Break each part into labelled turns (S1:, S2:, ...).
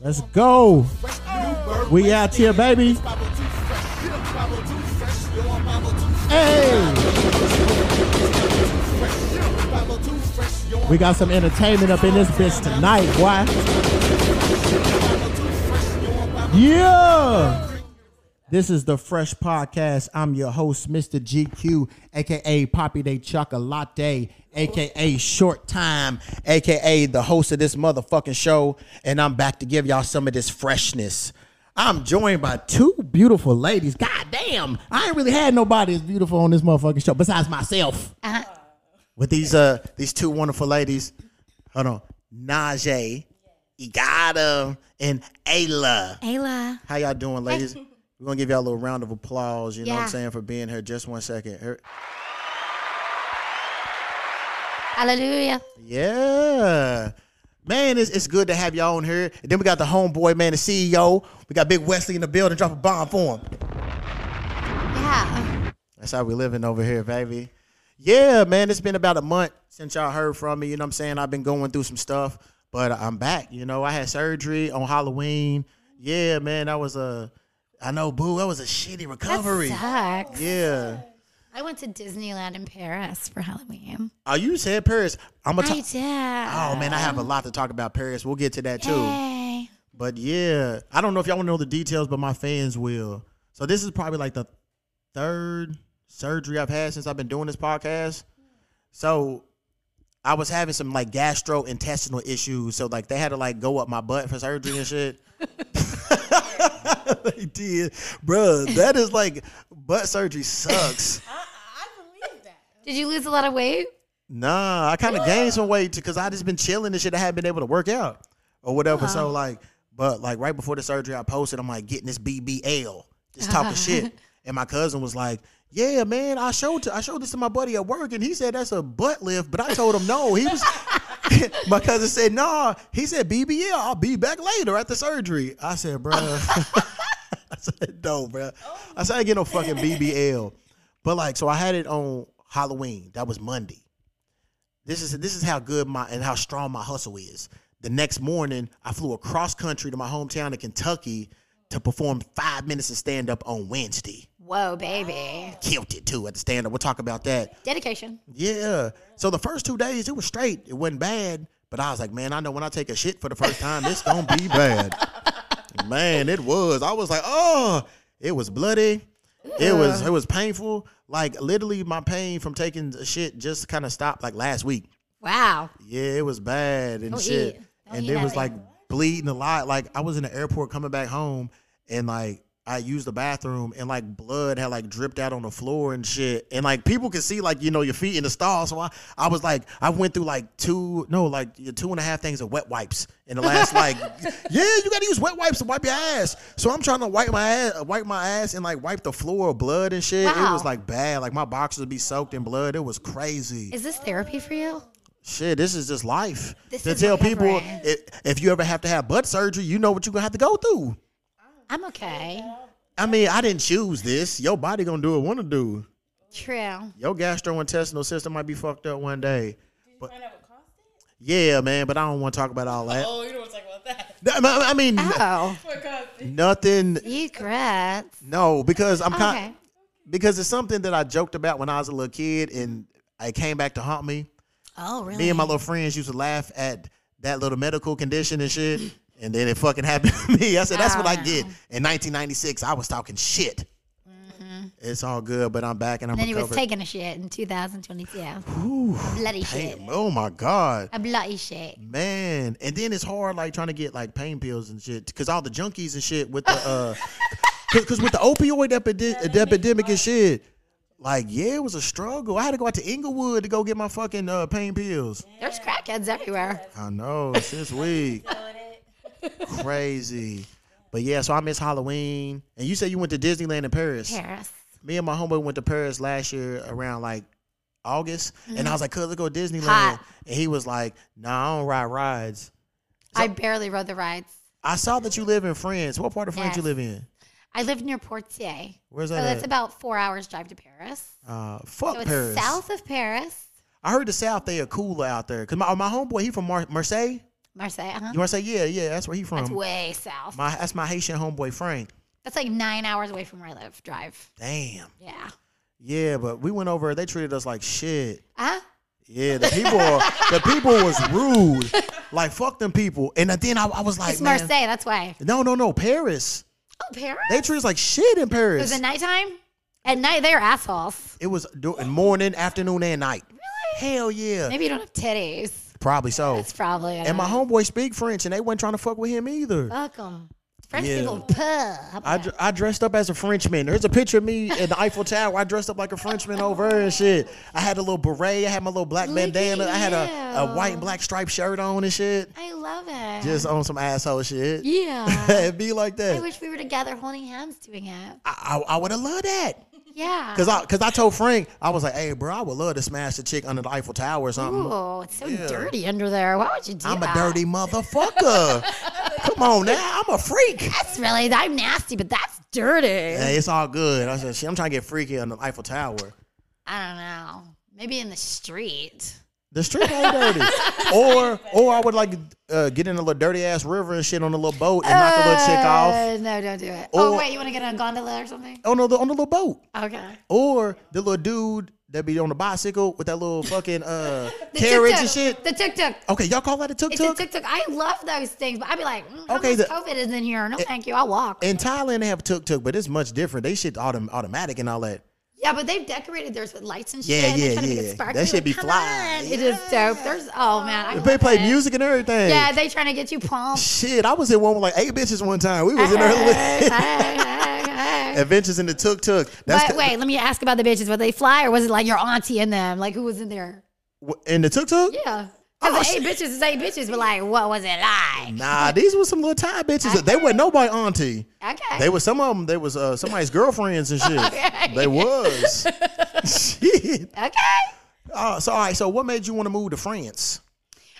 S1: Let's go. We out here, baby. Hey. We got some entertainment up in this bitch tonight, boy. Yeah. This is the Fresh Podcast. I'm your host, Mr. GQ, aka Poppy Day Chocolate, aka Short Time, aka the host of this motherfucking show. And I'm back to give y'all some of this freshness. I'm joined by two beautiful ladies. God damn, I ain't really had nobody as beautiful on this motherfucking show besides myself.
S2: Uh,
S1: With these uh these two wonderful ladies. Hold on. Najee, Igata, and Ayla.
S2: Ayla.
S1: How y'all doing, ladies? We're gonna give y'all a little round of applause, you know what
S2: Yeah.
S1: I'm saying, for being here. Just one second. Er, Here-
S2: Hallelujah.
S1: Yeah. Man, it's, it's good to have y'all on here. And then we got the homeboy, man, the CEO. We got Big Wesley in the building. Drop a bomb for him.
S2: Yeah.
S1: That's how we living over here, baby. Yeah, man, it's been about a month since y'all heard from me. You know what I'm saying? I've been going through some stuff, but I'm back. You know, I had surgery on Halloween. Yeah, man, that was a, I know, boo, that was a shitty recovery.
S2: That sucks.
S1: Yeah.
S2: I went to Disneyland in Paris for Halloween.
S1: Oh, you said Paris. I'm gonna
S2: I
S1: talk.
S2: did.
S1: Oh man, I have a lot to talk about Paris. We'll get to that too.
S2: Yay.
S1: But yeah, I don't know if y'all want to know the details, but my fans will. So this is probably like the third surgery I've had since I've been doing this podcast. So I was having some like gastrointestinal issues. So like they had to like go up my butt for surgery and shit. they did, bruh. That is like butt surgery sucks.
S2: Did you lose a lot of weight?
S1: Nah, I kind of gained some weight because I just been chilling and shit. I hadn't been able to work out or whatever. So like, but like right before the surgery, I posted. I'm like getting this BBL, just talking shit. And my cousin was like, "Yeah, man, I showed to, I showed this to my buddy at work, and he said that's a butt lift." But I told him no. He was my cousin said, "Nah." He said BBL. I'll be back later at the surgery. I said, "Bruh." I said, no, bruh. I said, I ain't get no fucking BBL. But like, so I had it on Halloween. That was Monday. This is this is how good my and how strong my hustle is. The next morning, I flew across country to my hometown in Kentucky to perform five minutes of stand up on Wednesday.
S2: Whoa, baby.
S1: Killed it too at the stand up. We'll talk about that.
S2: Dedication.
S1: Yeah. So the first two days, it was straight. It wasn't bad. But I was like, man, I know when I take a shit for the first time, it's gonna be bad. man, it was. I was like, oh, it was bloody. It was it was painful. Like literally, my pain from taking a shit just kind of stopped like last week.
S2: Wow.
S1: Yeah, it was bad and
S2: Don't
S1: shit.
S2: eat. Don't
S1: And
S2: eat
S1: it was
S2: Oh, that.
S1: like bleeding a lot. Like I was in the airport coming back home and like I used the bathroom and like blood had like dripped out on the floor and shit. And like people could see like, you know, your feet in the stall. So I, I was like, I went through like two, no, like yeah, two and a half things of wet wipes in the last like, yeah, you gotta use wet wipes to wipe your ass. So I'm trying to wipe my ass, wipe my ass and like wipe the floor of blood and shit. It
S2: Wow.
S1: was like bad. Like my boxers would be soaked in blood. It was crazy
S2: Is this therapy for you?
S1: shit, this is just life.
S2: This
S1: to
S2: is
S1: tell people
S2: recovering.
S1: if, if you ever have to have butt surgery, you know what you're gonna have to go through.
S2: I'm okay.
S1: I mean, I didn't choose this. Your body gonna do what it wanna do.
S2: True.
S1: Your gastrointestinal system might be fucked up one day. But yeah, man, but I don't want to talk about all that.
S3: Oh, you don't want to talk about that.
S1: No, I I mean,
S2: Oh,
S1: nothing.
S2: regrets.
S1: No, because I'm kind.
S2: Okay.
S1: Because it's something that I joked about when I was a little kid, and it came back to haunt me.
S2: Oh, really?
S1: me and my little friends used to laugh at that little medical condition and shit. And then it fucking happened to me. I said, that's what I
S2: Oh,
S1: get. In 1996, I was talking shit. It's all good, but I'm back and I'm
S2: Mm-hmm. then he was
S1: recovered.
S2: taking a shit in 2022. bloody shit.
S1: Damn, oh my God.
S2: A bloody shit.
S1: Man. And then it's hard, like, trying to get, like, pain pills and shit. Because all the junkies and shit with the, uh, because with the opioid epide- epidemic and shit, like, yeah, it was a struggle. I had to go out to Inglewood to go get my fucking uh, pain pills.
S2: There's crackheads everywhere.
S1: I know. It's this week. Crazy. But yeah, so I miss Halloween. And you said you went to Disneyland in Paris.
S2: Paris.
S1: Me and my homeboy went to Paris last year around like August. And I was like, cuz let's go to Disneyland.
S2: Hot.
S1: And he was like, nah, I don't ride rides.
S2: I barely rode the rides.
S1: I saw that you live in France. What part of France you
S2: Yes.
S1: live in?
S2: I live near Portier.
S1: Where's
S2: So
S1: that
S2: that's
S1: at?
S2: about four hours drive to Paris.
S1: Uh, fuck
S2: So it's
S1: Paris.
S2: south of Paris.
S1: I heard the South they are cooler out there. Cause my my homeboy, he from Mar- Marseille.
S4: Marseille. Uh-huh.
S1: You want to say yeah, yeah? That's where he from.
S4: That's way south.
S1: my that's my Haitian homeboy Frank.
S4: That's like nine hours away from where I live. Drive.
S1: Damn.
S4: Yeah.
S1: Yeah, but we went over. They treated us like shit.
S4: Huh?
S1: Yeah, the people, the people was rude. Like fuck them people. And then I, I was like,
S4: It's
S1: man,
S4: Marseille. That's why.
S1: no, no, no, Paris.
S4: Oh, Paris.
S1: They treat us like shit in
S4: It was
S1: Paris.
S4: at nighttime. At night, they're assholes.
S1: It was do- in morning, afternoon, and night.
S4: Really?
S1: Hell yeah,
S4: Maybe you don't have titties.
S1: probably so.
S4: That's probably.
S1: And my homeboy speak French, and they weren't trying to fuck with him either.
S4: Fuck 'em. French
S1: Yeah.
S4: people. Puh. How about
S1: I,
S4: that?
S1: dr- I dressed up as a Frenchman. There's a picture of me in the Eiffel Tower. I dressed up like a Frenchman over there and shit. I had a little beret. I had my little black
S4: Look at
S1: bandana. I had a, a
S4: you.
S1: white and black striped shirt on and shit.
S4: I love it.
S1: Just on some asshole shit.
S4: yeah.
S1: It'd be like
S4: I
S1: that.
S4: wish we were together holding hands doing it.
S1: I, I, I would have loved that.
S4: Yeah.
S1: Cause I, cause I told Frank, I was like, hey, bro, I would love to smash the chick under the Eiffel Tower or something.
S4: Ooh, it's so
S1: Yeah.
S4: dirty under there. Why would you do
S1: I'm
S4: that?
S1: a dirty motherfucker. Come on now. I'm a freak.
S4: That's really. I'm nasty, but that's dirty.
S1: Hey, it's all good. I said, shit, I'm trying to get freaky on the Eiffel Tower.
S4: I don't know. Maybe in the street.
S1: The street ain't dirty. or or I would like uh, get in a little dirty ass river and shit on a little boat and knock a little chick off
S4: Uh, No, don't do it. oh
S1: Or-
S4: wait, you want to get on a gondola or something?
S1: on a, on a little boat.
S4: Okay.
S1: Or the little dude that be on the bicycle with that little fucking uh, carriage and
S4: tuk-tuk.
S1: shit.
S4: The tuk tuk.
S1: Okay, y'all call that a tuk
S4: It's a
S1: tuk?
S4: tuk tuk. I love those things, but I'd be like, mm, how
S1: Okay,
S4: okay,
S1: the-
S4: COVID is in here. No, thank you. I'll walk.
S1: In Thailand, they have tuk tuk, but it's much different. They shit autom- automatic and all that.
S4: Yeah, but they've decorated theirs with lights and
S1: Yeah,
S4: shit. and they're
S1: yeah,
S4: trying to make
S1: yeah.
S4: it sparkly.
S1: That should
S4: Like,
S1: be
S4: come
S1: fly.
S4: on. It is dope. There's oh man, I
S1: They
S4: love
S1: play
S4: it.
S1: music and everything.
S4: Yeah, they trying to get you pumped.
S1: Shit, I was in one with like eight bitches one time. We was in
S4: Hey, hey,
S1: early
S4: hey, hey.
S1: adventures in the tuk tuk.
S4: But wait, let me ask about the bitches. Were they fly or was it like your auntie and them? Like who was in there?
S1: in the tuk tuk.
S4: Yeah.
S1: Oh,
S4: Because eight bitches is eight bitches, but like, what was it like?
S1: Nah, these were some little Thai bitches. They were nobody auntie.
S4: Okay.
S1: They were some of them. They was uh, somebody's girlfriends and shit. They was. shit.
S4: okay.
S1: Uh, so all right. So what made you want to move to France?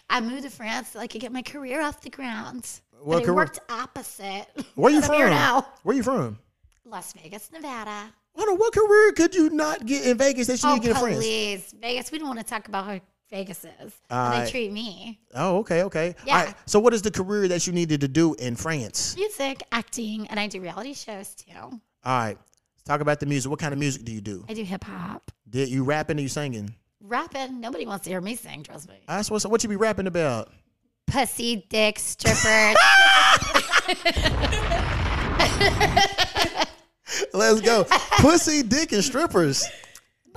S4: I moved to France so I could get my career off the ground.
S1: What
S4: What
S1: career?
S4: worked opposite.
S1: Where you
S4: I'm
S1: from?
S4: Here now.
S1: Where you from?
S4: Las Vegas, Nevada.
S1: Hold on. What career could you not get in Vegas that you
S4: Oh,
S1: need to get in France?
S4: please. Vegas, we don't want to talk about how Vegas is. how
S1: Alright.
S4: they treat me.
S1: Oh, okay, okay.
S4: Yeah.
S1: All right. So what is the career that you needed to do in France?
S4: Music, acting, and I do reality shows too.
S1: All right. Let's talk about the music. What kind of music do you do?
S4: I do hip hop.
S1: Did you rapping or you singing?
S4: Rapping, nobody wants to hear me sing, trust me.
S1: That's what's what you be rapping about.
S4: Pussy, dick, strippers.
S1: Let's go. Pussy, dick, and strippers.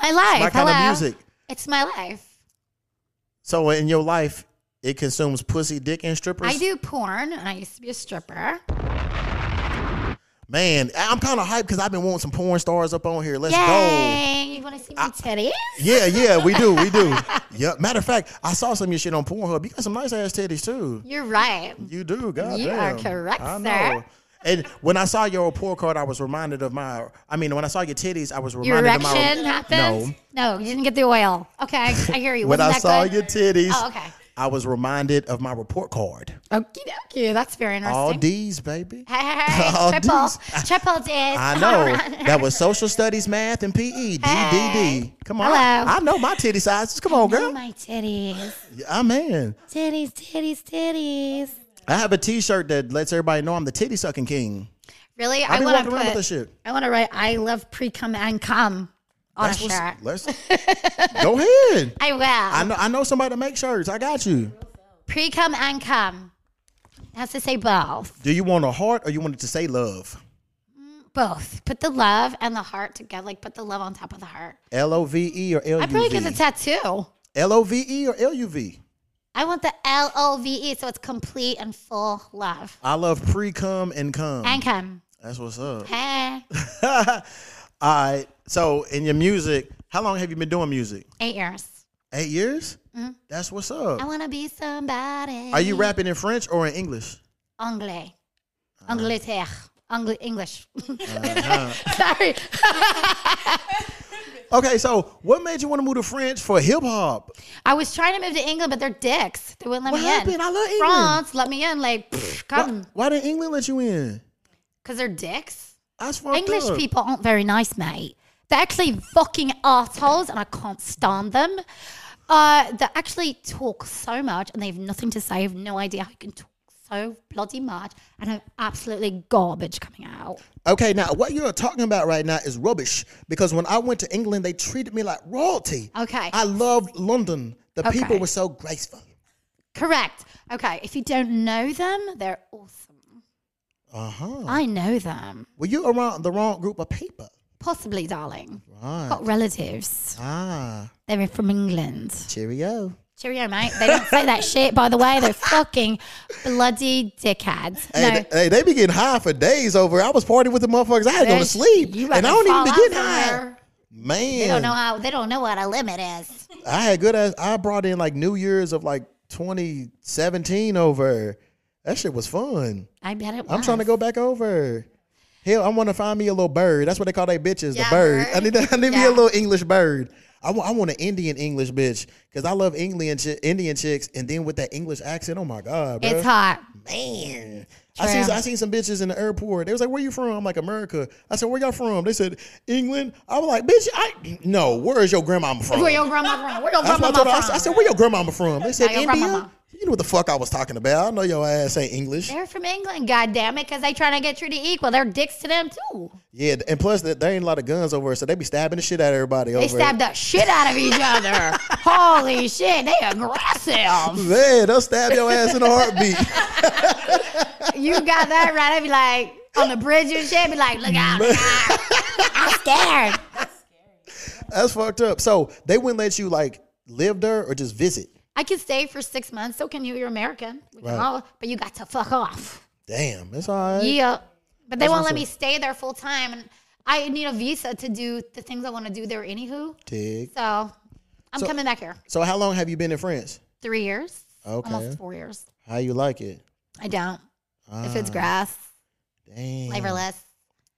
S4: my life.
S1: My kind of
S4: hello.
S1: music.
S4: It's my life.
S1: So in your life, it consumes pussy, dick, and strippers.
S4: I do porn, and I used to be a stripper.
S1: Man, I- I'm kind of hyped because I've been wanting some porn stars up on here. Let's go. Ah.
S4: Yay! You want to see my titties?
S1: Yeah, yeah, we do, we do. yep. Matter of fact, I saw some of your shit on Pornhub. You got some nice ass titties too.
S4: You're right.
S1: You do, God
S4: You are correct,
S1: I
S4: sir.
S1: know. And when I saw your report card, I was reminded of my. I mean, when I saw your titties, I was
S4: Your
S1: reminded of my.
S4: erection happened. No. you didn't get the oil. Okay, I hear you.
S1: When
S4: Wasn't
S1: I
S4: that
S1: saw
S4: good?
S1: your titties,
S4: Oh, okay.
S1: I was reminded of my report card.
S4: Okie dokie. That's very interesting.
S1: All D's, baby.
S4: Hey, hey, hey,
S1: All
S4: triple,
S1: Ds.
S4: triple Ds.
S1: I know that was social studies, math, and E PE. DDD.
S4: Hey.
S1: Come on,
S4: Hello.
S1: I, I know my titty sizes. Come on,
S4: Oh,
S1: girl.
S4: my titties.
S1: I'm in.
S4: Titties, titties, titties.
S1: I have a T-shirt that lets everybody know I'm the titty sucking king.
S4: Really?
S1: I
S4: I
S1: be
S4: want
S1: walking
S4: to
S1: around with that
S4: put,
S1: shit.
S4: I want to write, I love pre cum and cum on
S1: That's
S4: a shirt.
S1: what's- Let's go ahead.
S4: I will.
S1: I know. I know somebody that makes shirts. I got you.
S4: pre cum and cum. It has to say both.
S1: Do you want a heart or you want it to say love?
S4: Both. Put the love and the heart together. Like put the love on top of the heart.
S1: L O V E or L
S4: I
S1: U
S4: probably get a
S1: V?
S4: tattoo.
S1: L O V E or L U V?
S4: I want the L O V E, so it's complete and full love.
S1: I love pre cum and cum.
S4: And cum.
S1: That's what's up.
S4: Hey.
S1: All right. So in your music, how long have you been doing music?
S4: Eight years.
S1: Eight years? That's what's up.
S4: Mm-hmm. I wanna be somebody.
S1: Are you rapping in French or in English?
S4: Anglais. Angleterre. Angli- English.
S1: Uh-huh.
S4: Sorry.
S1: Okay, so what made you want to move to French for hip hop?
S4: I was trying to move to England, but they're dicks. They wouldn't let
S1: What
S4: me
S1: happened?
S4: in.
S1: I love England.
S4: France, let me in. Like, pfft,
S1: Why,
S4: come.
S1: why didn't England let you in?
S4: Because they're dicks.
S1: That's fucked
S4: English
S1: up.
S4: people aren't very nice, mate. They're actually fucking assholes, and I can't stand them. Uh, they actually talk so much and they have nothing to say. I have no idea how you can talk so bloody much and have absolutely garbage coming out.
S1: Okay, now what you're talking about right now is rubbish because when I went to England, they treated me like royalty.
S4: Okay.
S1: I loved London. The people
S4: Okay.
S1: were so graceful.
S4: Correct. Okay. If you don't know them, they're awesome.
S1: Uh huh.
S4: I know them.
S1: Were you around the wrong group of people?
S4: Possibly, darling.
S1: Right.
S4: Got relatives.
S1: Ah,
S4: They're from England.
S1: cheerio.
S4: Cheerio, mate. They don't say that shit, by the way. They're fucking bloody dickheads.
S1: Hey,
S4: no.
S1: th- hey, they be getting high for days over. I was partying with the motherfuckers. I had to go to
S4: Bitch,
S1: sleep,
S4: you
S1: and
S4: about
S1: I
S4: to
S1: don't even
S4: fall
S1: be
S4: out
S1: getting high.
S4: somewhere.
S1: Man,
S4: They don't know how. They don't know what a limit is.
S1: I had good ass. I brought in like New Year's of like 2017 over. That shit was fun.
S4: I bet it. Was.
S1: I'm trying to go back over. Hell, I want to find me a little bird. That's what they call they bitches,
S4: Yeah,
S1: the bird.
S4: bird.
S1: I need, I need me
S4: Yeah.
S1: a little English bird. I want, I want an Indian English bitch because I love Indian chi- Indian chicks, and then with that English accent, oh my god, bro.
S4: It's hot.
S1: man. I seen
S4: True.
S1: I seen some bitches in the airport. They was like, "Where you from?" I'm like, "America." I said, "Where y'all from?" They said, "England." I was like, "Bitch, I no. Where is your grandmama from?"
S4: Where your grandma from? Where your
S1: That's
S4: grandma
S1: what I, told her. I,
S4: from?
S1: said- I said, "Where your grandmama from?" They said,
S4: your
S1: "India."
S4: grandmama.
S1: You know what the fuck I was talking about? I know your ass ain't English.
S4: They're from England, goddammit, because they trying to get you to equal. They're dicks to them too.
S1: Yeah, and plus th- there ain't a lot of guns over, so they be stabbing the shit out of everybody
S4: They
S1: over.
S4: stab the shit out of each other. Holy shit, they aggressive.
S1: Man, they'll stab your ass in a heartbeat.
S4: You got that right. I'd be like on the bridge and shit. Be like, look out! Look out. I'm scared.
S1: That's fucked up. So they wouldn't let you like live there or just visit.
S4: I can stay for six months. So can you. You're American. We can
S1: Right.
S4: all, but you got to fuck off.
S1: Damn, that's all right.
S4: Yeah. But they won't let
S1: awesome.
S4: me stay there full time. And I need a visa to do the things I want to do there, anywho.
S1: Tig.
S4: So I'm coming back here.
S1: So how long have you been in France?
S4: Three years.
S1: Okay.
S4: Almost four years.
S1: How you like it?
S4: I don't. If
S1: Ah.
S4: it's grass,
S1: Damn.
S4: flavorless.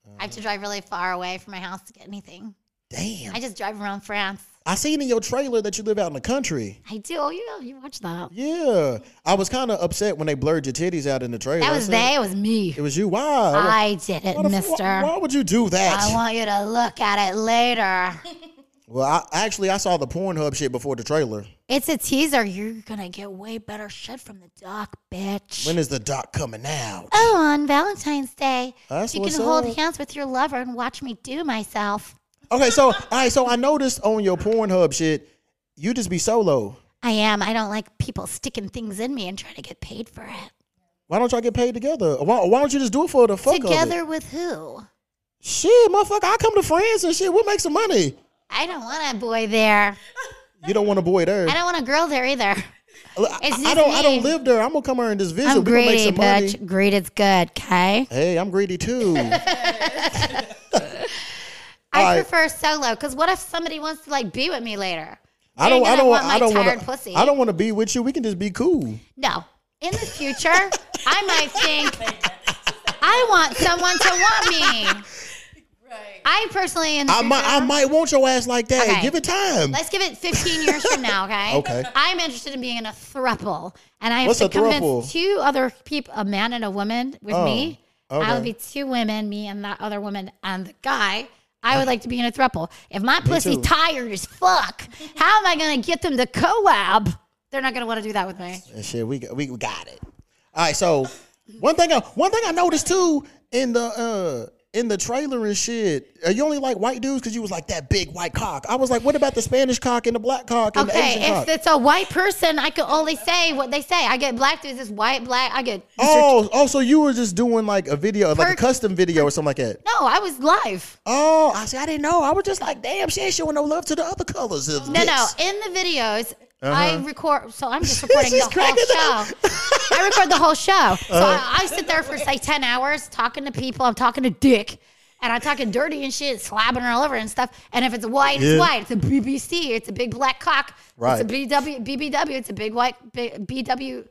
S4: I
S1: Ah.
S4: have to drive really far away from my house to get anything.
S1: Damn.
S4: I just drive around France.
S1: I seen in your trailer that you live out in the country.
S4: I do. Oh, yeah. You watch that.
S1: Yeah. I was kind of upset when they blurred your titties out in the trailer.
S4: That
S1: I
S4: was
S1: said-
S4: they. It was me.
S1: It was you. Wow.
S4: I did it,
S1: Why the f-
S4: mister.
S1: Why, why would you do that?
S4: I want you to look at it later.
S1: well, I, actually, I saw the Pornhub shit before the trailer.
S4: It's a teaser. You're going to get way better shit from the doc, bitch.
S1: When is the doc coming out?
S4: Oh, on Valentine's Day,
S1: That's
S4: you
S1: what's
S4: can hold
S1: up.
S4: hands with your lover and watch me do myself.
S1: Okay, so all right, so I noticed on your Pornhub shit, you just be solo.
S4: I am. I don't like people sticking things in me and trying to get paid for it.
S1: Why don't y'all get paid together? Why, why don't you just do it for the fuck Of it?
S4: Together with who?
S1: Shit, motherfucker, I come to friends and shit. We'll make some money.
S4: I don't want a boy there.
S1: You don't want a boy there.
S4: I don't want a girl there either.
S1: Look, I,
S4: It's
S1: I
S4: just
S1: don't. I
S4: me.
S1: don't live there. I'm gonna come here and just visit.
S4: I'm
S1: we gonna make
S4: greedy,
S1: some
S4: bitch.
S1: money.
S4: Greed is good, okay?
S1: Hey, I'm greedy too.
S4: I
S1: Alright.
S4: prefer solo because what if somebody wants to like be with me later?
S1: I
S4: They
S1: don't.
S4: ain't
S1: I
S4: gonna
S1: don't.
S4: want
S1: Want,
S4: my
S1: I don't
S4: tired
S1: want.
S4: pussy.
S1: I don't want to be with you. We can just be cool.
S4: No. In the future, I might think I want someone to want me. I personally, in the
S1: I
S4: future,
S1: might. I might want your ass like that.
S4: Okay.
S1: Give it time.
S4: let's give it 15 years from now, okay?
S1: Okay.
S4: I'm interested in being in a thruple, and I have
S1: What's
S4: to
S1: a
S4: convince
S1: thruple?
S4: two other people, a man and a woman, with
S1: Oh,
S4: me. I
S1: okay.
S4: would be two women, me and that other woman and the guy. I would like to be in a thruple. If my pussy's
S1: too.
S4: tired as fuck, how am I gonna get them to collab? They're not gonna want to do that with me.
S1: And shit, we got- we got it. All right, so one thing I one thing I noticed too in the uh in the trailer and shit, are you only like white dudes? Cause you was like that big white cock. I was like, what about the Spanish cock and the black cock and the
S4: Okay,
S1: Asian
S4: if
S1: cock?
S4: it's a white person, I could only say what they say. I get black dudes, it's white, black. I get.
S1: Oh, oh, so you were just doing like a video, like a
S4: Per-
S1: custom video or something like that.
S4: No, I was live.
S1: Oh, I see. I didn't know. I was just like, damn, she ain't showing no love to the other colors. Of
S4: No, no.
S1: dicks.
S4: In the videos, I record. So I'm just
S1: Uh-huh. She's
S4: recording the whole
S1: cracking up. Uh-huh.
S4: show. I record the whole show. So I, I sit there for say ten hours talking to people. I'm talking to Dick, and I'm talking dirty and shit, slapping her all over and stuff. And if it's white,
S1: Yeah.
S4: it's white. It's a BBC. It's a big black cock.
S1: Right.
S4: It's a BW, BBW. It's a big white B, BWC.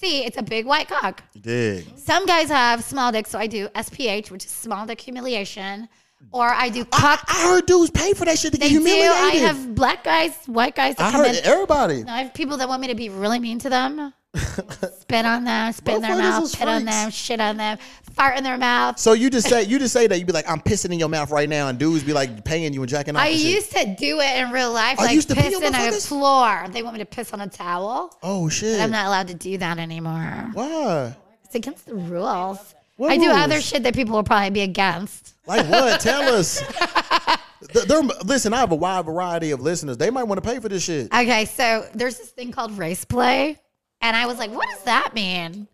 S4: It's a big white cock.
S1: Dig.
S4: Some guys have small dick, so I do SPH, which is small dick humiliation, or I do cock.
S1: I heard dudes pay for that shit to get
S4: they do.
S1: humiliated.
S4: I have black guys, white guys. that
S1: I
S4: come
S1: heard
S4: in.
S1: everybody.
S4: No, I have people that want me to be really mean to them. spit on them, spit in their
S1: Motherfuckers
S4: mouth,
S1: is
S4: pit on
S1: freaks.
S4: them, shit on them, fart in their mouth.
S1: So you just say you just say that you be like I'm pissing in your mouth right now, and dudes be like paying you and jacking off.
S4: I
S1: and shit.
S4: used to do it in real life,
S1: Oh, you
S4: like
S1: used to pee
S4: piss
S1: on
S4: in a
S1: motherfuckers?
S4: floor. They want me to piss on a towel.
S1: Oh shit!
S4: I'm not allowed to do that anymore.
S1: Why?
S4: It's against the rules.
S1: What
S4: I do other
S1: rules?
S4: shit that people will probably be against.
S1: Like what? Tell us. Th- there- listen, I have a wide variety of listeners. They might want to pay for this shit.
S4: Okay, so there's this thing called race play, and I was like, "What does that mean?"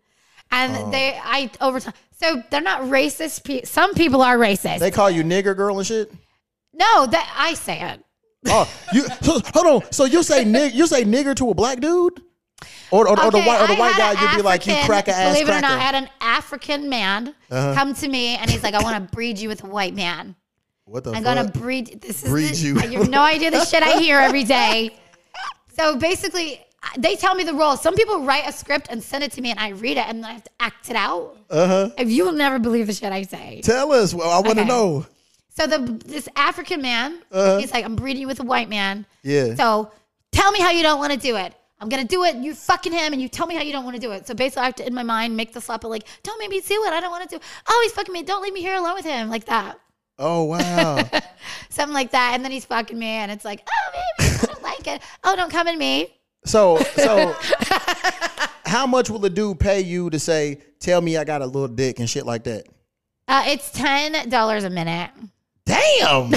S4: And
S1: Oh.
S4: they, I over time, so they're not racist. Pe- some people are racist.
S1: They call you nigger girl and shit.
S4: no, that I say it.
S1: Oh, you so, hold on. So you say nig- you say nigger to a black dude, or or, or Oh, the
S4: Okay,
S1: white or the
S4: I
S1: white guy?
S4: had
S1: You'd
S4: an
S1: be like you
S4: African-
S1: cracker ass
S4: Believe it
S1: cracker. Uh-huh.
S4: or not, I had an African man come to me, and he's like, "I want to breed you with a white man.
S1: what the
S4: I'm
S1: fuck?
S4: gonna breed. This is
S1: Breed
S4: the-
S1: you.
S4: You have no idea the shit I hear every day. So basically, I- they tell me the rules. Some people write a script and send it to me, and I read it, and I have to act it out. Uh
S1: Uh-huh.
S4: huh. If you will never believe the shit I say.
S1: Tell us. Well, I want to
S4: Okay.
S1: know.
S4: So the this African man, he's like, I'm breeding you with a white man.
S1: Uh-huh. Yeah.
S4: So tell me how you don't want to do it. I'm gonna do it. You fucking him, and you tell me how you don't want to do it. So basically, I have to in my mind make the slap of like, don't make me do it. I don't want to do. Oh, he's fucking me. Don't leave me here alone with him like that.
S1: Oh wow.
S4: Something like that. And then he's fucking me, and it's like, oh baby, I don't like it. Oh, don't come at me.
S1: So so how much will a dude pay you to say, tell me I got a little dick and shit like that?
S4: Uh, it's ten dollars a minute.
S1: Damn.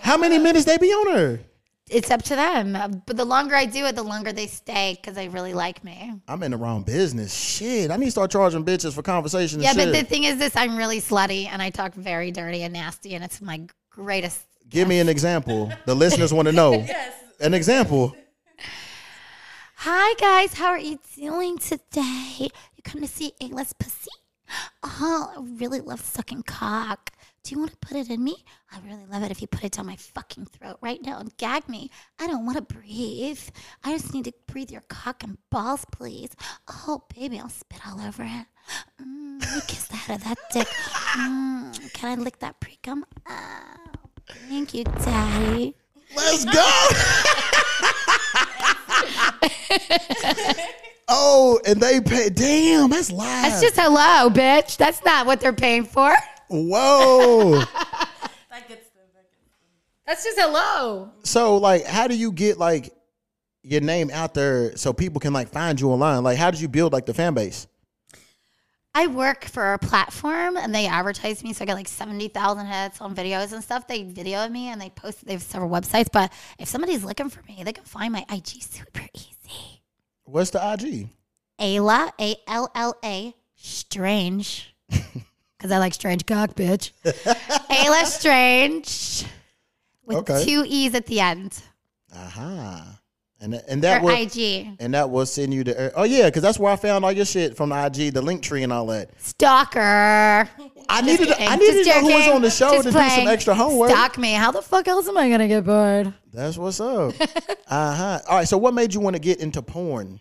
S1: how
S4: uh,
S1: many minutes they be on her?
S4: It's up to them. Uh, But the longer I do it, the longer they stay because they really like me.
S1: I'm in the wrong business. Shit. I need to start charging bitches for conversations
S4: Yeah,
S1: and shit.
S4: but the thing is, this I'm really slutty and I talk very dirty and nasty, and it's my greatest.
S1: Give me an example. The listeners want to know. yes. An example.
S4: Hi guys, how are you doing today? You come to see A-list pussy? Oh, I really love sucking cock. Do you want to put it in me? I really love it if you put it down my fucking throat right now and gag me. I don't want to breathe. I just need to breathe your cock and balls, please. Oh, baby, I'll spit all over it. Mm, let me kiss the head of that dick. Mm, can I lick that pre cum? Oh, thank you, daddy.
S1: Let's go. oh, and they pay. Damn, that's live.
S4: hello, bitch. That's not what they're paying for.
S1: Whoa.
S3: That gets them. That gets
S4: That's just hello.
S1: So like how do you get like your name out there so people can like find you online? Like how did you build like the fan base?
S4: I work for a platform and they advertise me. So I get like 70,000 hits on videos and stuff. They video me and they post, they have several websites. But if somebody's looking for me, they can find my IG super easy.
S1: What's the IG?
S4: Ayla, A L L A, strange. Because I like strange cock, bitch. Ayla Strange with
S1: Okay.
S4: two E's at the end.
S1: Aha. And and that
S4: Or
S1: was
S4: IG.
S1: and that was send you to Oh yeah, cuz that's where I found all your shit from the IG, the link tree and all that.
S4: Stalker.
S1: I needed to, I
S4: Just
S1: needed to know who was
S4: joking.
S1: on the show
S4: Just
S1: to do some
S4: playing.
S1: extra homework.
S4: Stalk me. How the fuck else am I gonna get bored?
S1: That's what's up. uh-huh. All right, so what made you want to get into porn?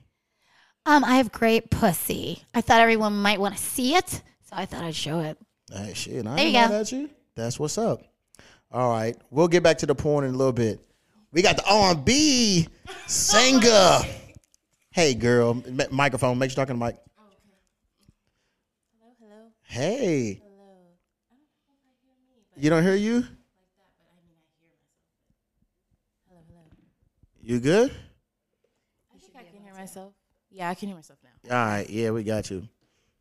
S4: Um, I have great pussy. I thought everyone might want to see it, so I thought I'd show it.
S1: Hey, shit, I
S4: There
S1: ain't
S4: you
S1: mad
S4: go.
S1: at you. That's what's up. All right, we'll get back to the porn in a little bit. We got the R&B singer. hey, girl, m- microphone. Make sure you're talking to the mic.
S3: them. Hello,
S1: Hey,
S3: hello, hello.
S1: you don't hear you?
S3: Hello, hello.
S1: You good?
S3: I think I can hear myself. Yeah, I can hear myself now.
S1: All right, yeah, we got you.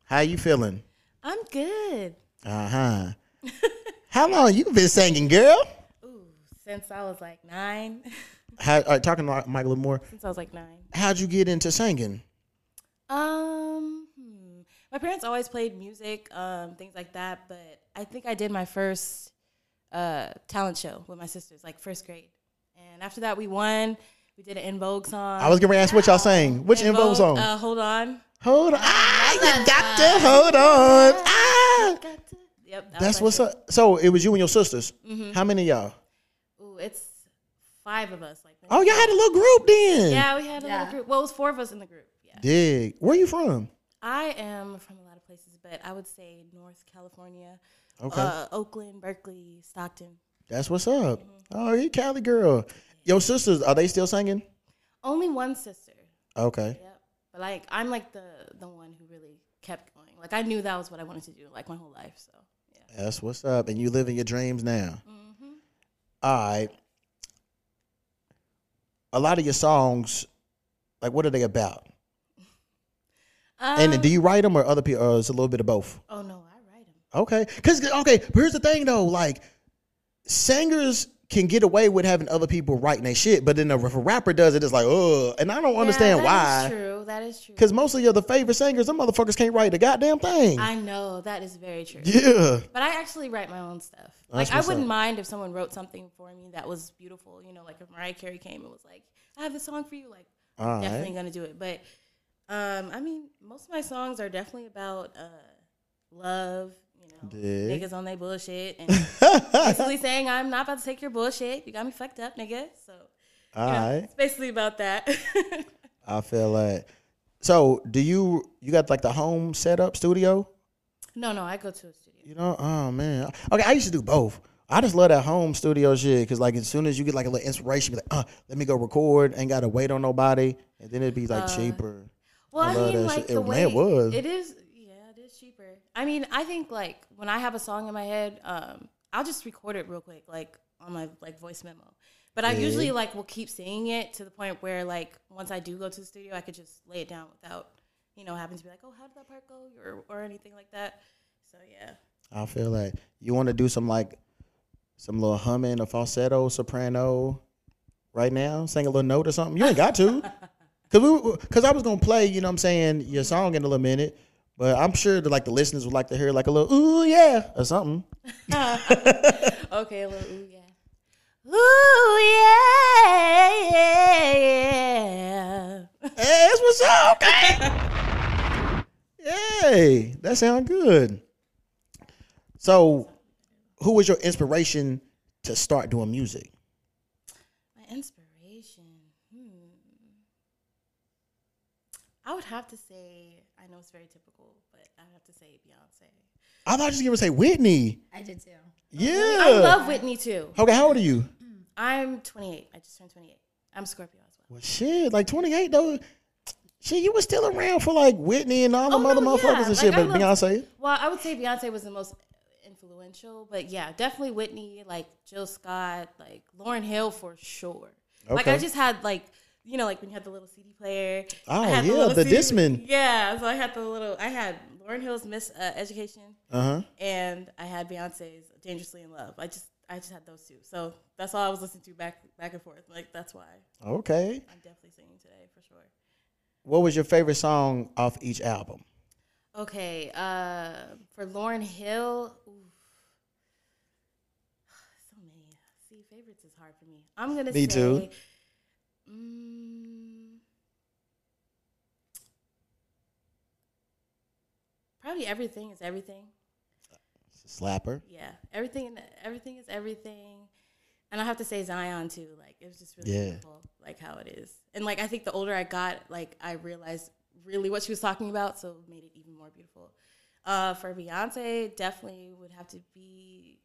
S1: How you feeling?
S3: I'm good.
S1: Uh huh. How long you been singing, girl?
S3: Ooh, since I was like nine.
S1: How, all right, talking to Mike a little more.
S3: since I was like nine.
S1: How'd you get into singing?
S3: Um, hmm. my parents always played music, um, things like that. But I think I did my first uh, talent show with my sisters, like first grade. And after that, we won. We did an In Vogue song.
S1: I was getting ready to ask what y'all sang. Which
S3: In
S1: involves song?
S3: Uh, hold on.
S1: Hold on. Ah, you got to hold on. Ah.
S3: Got to- Yep. that
S1: That's
S3: was Mm-hmm.
S1: what's up. So it was you and your sisters. How many of y'all?
S3: my- Ooh, it's five of us. Like.
S1: Oh, y'all had a little group then.
S3: Yeah, we had a
S4: Yeah.
S3: little group. Well, it was four of us in the group. Yeah.
S1: Dig. Where you from?
S3: I am from a lot of places, but I would say North California,
S1: Okay.
S3: uh, Oakland, Berkeley, Stockton.
S1: That's what's up.
S3: Mm-hmm.
S1: Oh, you Cali girl. Your sisters, are they still singing?
S3: Only one sister.
S1: Okay.
S3: Yep. But like I'm like the the one who really kept going. Like I knew that was what I wanted to do like my whole life. So yeah. Mm-hmm.
S1: That's what's up. And you living your dreams now. All right. A lot of your songs, like, what are they about?
S3: Um,
S1: and do you write them or other people? Or it's a little bit of both.
S3: oh no, I write them.
S1: Okay. Cause okay, but here's the thing though, like singers can get away with having other people writing their shit, but then if a rapper does it, it's like, oh, and I don't understand
S3: That
S1: why.
S3: is true. That is true.
S1: Cause most of your other favorite singers, them motherfuckers can't write a goddamn thing.
S3: I know that is very true.
S1: yeah.
S3: But I actually write my own stuff.
S1: That's
S3: Like I
S1: what's
S3: wouldn't
S1: up.
S3: mind if someone wrote something for me that was beautiful. You know, like if Mariah Carey came and was like, "I have this song for you," like
S1: All right.
S3: definitely gonna do it. But um, I mean, most of my songs are definitely about uh, love. You know,
S1: Dig.
S3: niggas on their bullshit and basically saying, "I'm not about to take your bullshit. You got me fucked up, nigga." So
S1: All
S3: you know,
S1: right.
S3: it's basically about that.
S1: I feel like. So do you you got like the home setup studio?
S3: no, no, I go to a studio.
S1: You know, oh man. Okay, I used to do both. I just love that home studio shit because, like, as soon as you get like a little inspiration, be like, uh, let me go record, ain't gotta wait on nobody, and then it'd be like cheaper.
S3: Well,
S1: I
S3: I,
S1: love
S3: mean,
S1: that
S3: like
S1: shit.
S3: the
S1: It-
S3: way
S1: man, it was.
S3: It is, yeah, it is cheaper. I mean, I think like when I have a song in my head, um, I'll just record it real quick, like on my like voice memo. But I usually like will keep singing it to the point where like once I do go to the studio, I could just lay it down without, you know, having to be like, oh, how did that part go, or or anything like that. So yeah,
S1: I feel like you want to do some like some little humming, a falsetto, soprano, right now, sing a little note or something. You ain't got to, cause we, cause I was gonna play, you know, what I'm saying your song in a little minute, but I'm sure that like the listeners would like to hear like a little ooh yeah or something.
S3: okay, a little ooh yeah. Ooh yeah, yeah, yeah.
S1: Hey, that's what's up. Okay. Yay, that sounds good. So, who was your inspiration to start doing music?
S3: My inspiration. Hmm. I would have to say, I know it's very typical, but I would have to say Beyonce.
S1: I thought you was gonna say Whitney.
S2: I did too.
S1: Yeah.
S3: I love Whitney too.
S1: okay, how old are you?
S3: I'm 28. I just turned 28. I'm Scorpio as well.
S1: Well, shit, like 28 though. Shit, you was still around for like Whitney and all the
S3: Oh,
S1: other
S3: no,
S1: motherfuckers
S3: yeah,
S1: and
S3: like,
S1: shit,
S3: I
S1: but
S3: love-
S1: Beyonce.
S3: Well, I would say Beyonce was the most influential, but yeah, definitely Whitney, like Jill Scott, like Lauren Hill for sure. Like I
S1: Okay.
S3: just had like you know like when you had the little CD player.
S1: Oh,
S3: I had
S1: yeah,
S3: little
S1: the
S3: CD
S1: Discman.
S3: Yeah, so I had the little I had Lauren Hill's Miss uh, Education
S1: Uh huh.
S3: and I had Beyonce's Dangerously in Love. I just I just had those two, so that's all I was listening to back back and forth. Like that's why
S1: Okay.
S3: I'm definitely singing today for sure.
S1: What was your favorite song off each album?
S3: Okay, uh, for Lauren Hill, oof. so many. See, favorites is hard for me. I'm gonna
S1: Me
S3: say,
S1: too.
S3: Mm, probably everything is everything.
S1: Slapper.
S3: Yeah, everything and everything is everything. And I have to say Zion too. Like it was just really
S1: Yeah.
S3: beautiful, like how it is. And like I think the older I got, like I realized really what she was talking about, so it made it even more beautiful. Uh, for Beyonce, definitely would have to be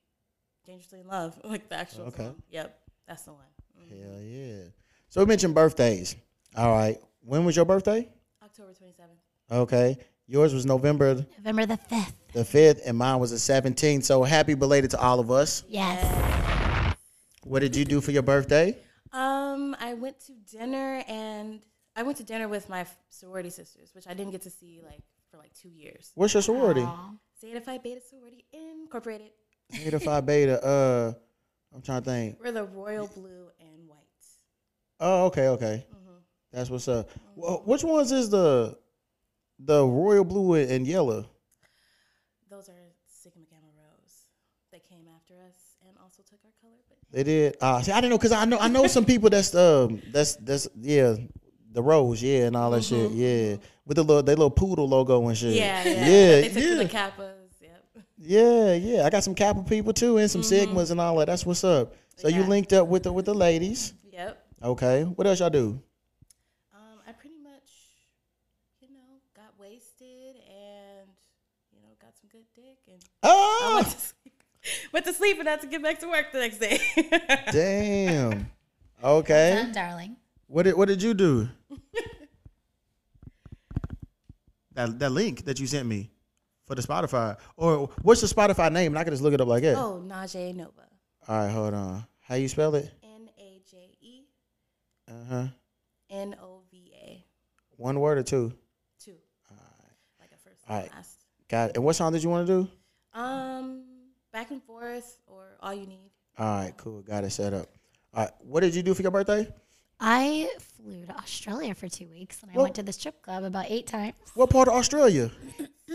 S3: "Dangerously in Love," like the actual
S1: Okay.
S3: song. Yep, that's the one. Mm.
S1: Hell yeah. So we mentioned birthdays. All right. When was your birthday?
S3: October twenty seventh.
S1: Okay. Yours was November
S2: November the 5th.
S1: the 5th, and mine was the 17th. So happy belated to all of us.
S2: Yes.
S1: What did you do for your birthday?
S3: Um, I went to dinner and I went to dinner with my f- sorority sisters, which I didn't get to see like for like two years.
S1: What's your sorority?
S3: Uh, Zeta Phi Beta Sorority Incorporated.
S1: Beta Phi Beta. Uh, I'm trying to think.
S3: We're the royal blue and white.
S1: Oh, okay, okay.
S3: Mm-hmm.
S1: That's what's up. Well, which ones is the the royal blue and yellow?
S3: Those are Sigma Gamma Rose. They came after us and also took our color. But
S1: They did. Uh, see, I didn't know because I know I know some people that's um that's that's yeah the rose yeah and all that shit yeah with the little they little poodle logo and shit
S3: Mm-hmm. yeah, yeah,
S1: yeah
S3: They took
S1: yeah.
S3: to the Kappas. Yep.
S1: Yeah, yeah. I got some Kappa people too and some
S3: Mm-hmm.
S1: Sigmas and all that. That's what's up. So you
S3: Yeah.
S1: linked up with the with the ladies.
S3: Yep.
S1: Okay. What else y'all do?
S3: Um, I pretty much, you know, got wasted and you know got some good dick and I
S1: Oh
S3: went to sleep. Went to sleep and had to get back to work the next day.
S1: damn. Okay.
S2: Done, darling.
S1: What did what did you do? that that link that you sent me for the Spotify. Or what's the Spotify name? And I can just look it up like that.
S3: Oh, Najee Nova.
S1: All right, hold on. How you spell it?
S3: N A J E
S1: Uh huh.
S3: N O V A.
S1: One word or two.
S3: Two. Like a first
S1: All
S3: and
S1: right.
S3: last.
S1: Got it. And what song did you want to do?
S3: Um, back and forth or all you need.
S1: All right, cool. Got it set up. All right. What did you do for your birthday?
S4: I flew to Australia for two weeks and I
S1: Well-
S4: went to the strip club about eight times.
S1: What part of Australia?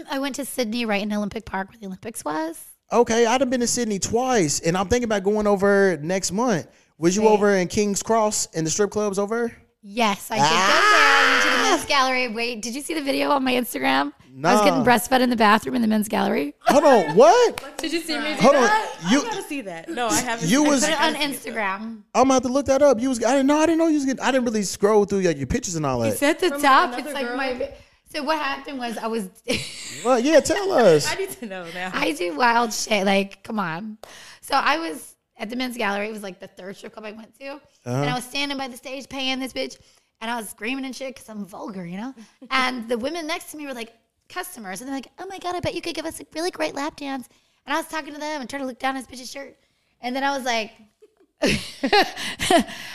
S4: I went to Sydney, right in Olympic Park where the Olympics was.
S1: Okay, I'd have been to Sydney twice, and I'm thinking about going over next month. Was you over in King's Cross and the strip clubs over? there?
S4: Yes, I did go there. I went to the men's gallery. Wait, did you see the video on my Instagram? I was getting
S1: Nah.
S4: breastfed in the bathroom in the men's gallery.
S1: Hold on, what?
S4: Did you see me?
S1: Hold on, you.
S3: I gotta see that. No, I haven't.
S1: You
S3: seen
S1: was.
S4: Put it
S1: I'm
S4: on Instagram.
S1: gonna have to look that up. You was. I didn't know. I didn't know you was getting. I didn't really scroll through like your pictures and all
S4: It's
S1: that.
S4: at the
S3: From
S4: top. It's
S3: another
S4: like
S3: girl?
S4: my. So what happened was I was.
S1: Well, yeah, tell us.
S3: I need to know now.
S4: I do wild shit. Like, come on. So I was at the men's gallery. It was like the third strip club I went to. And I was standing by the stage paying this bitch. And I was screaming and shit because I'm vulgar, you know? and the women next to me were like customers. And they're like, oh my God, I bet you could give us a really great lap dance. And I was talking to them and trying to look down at this bitch's shirt. And then I was like,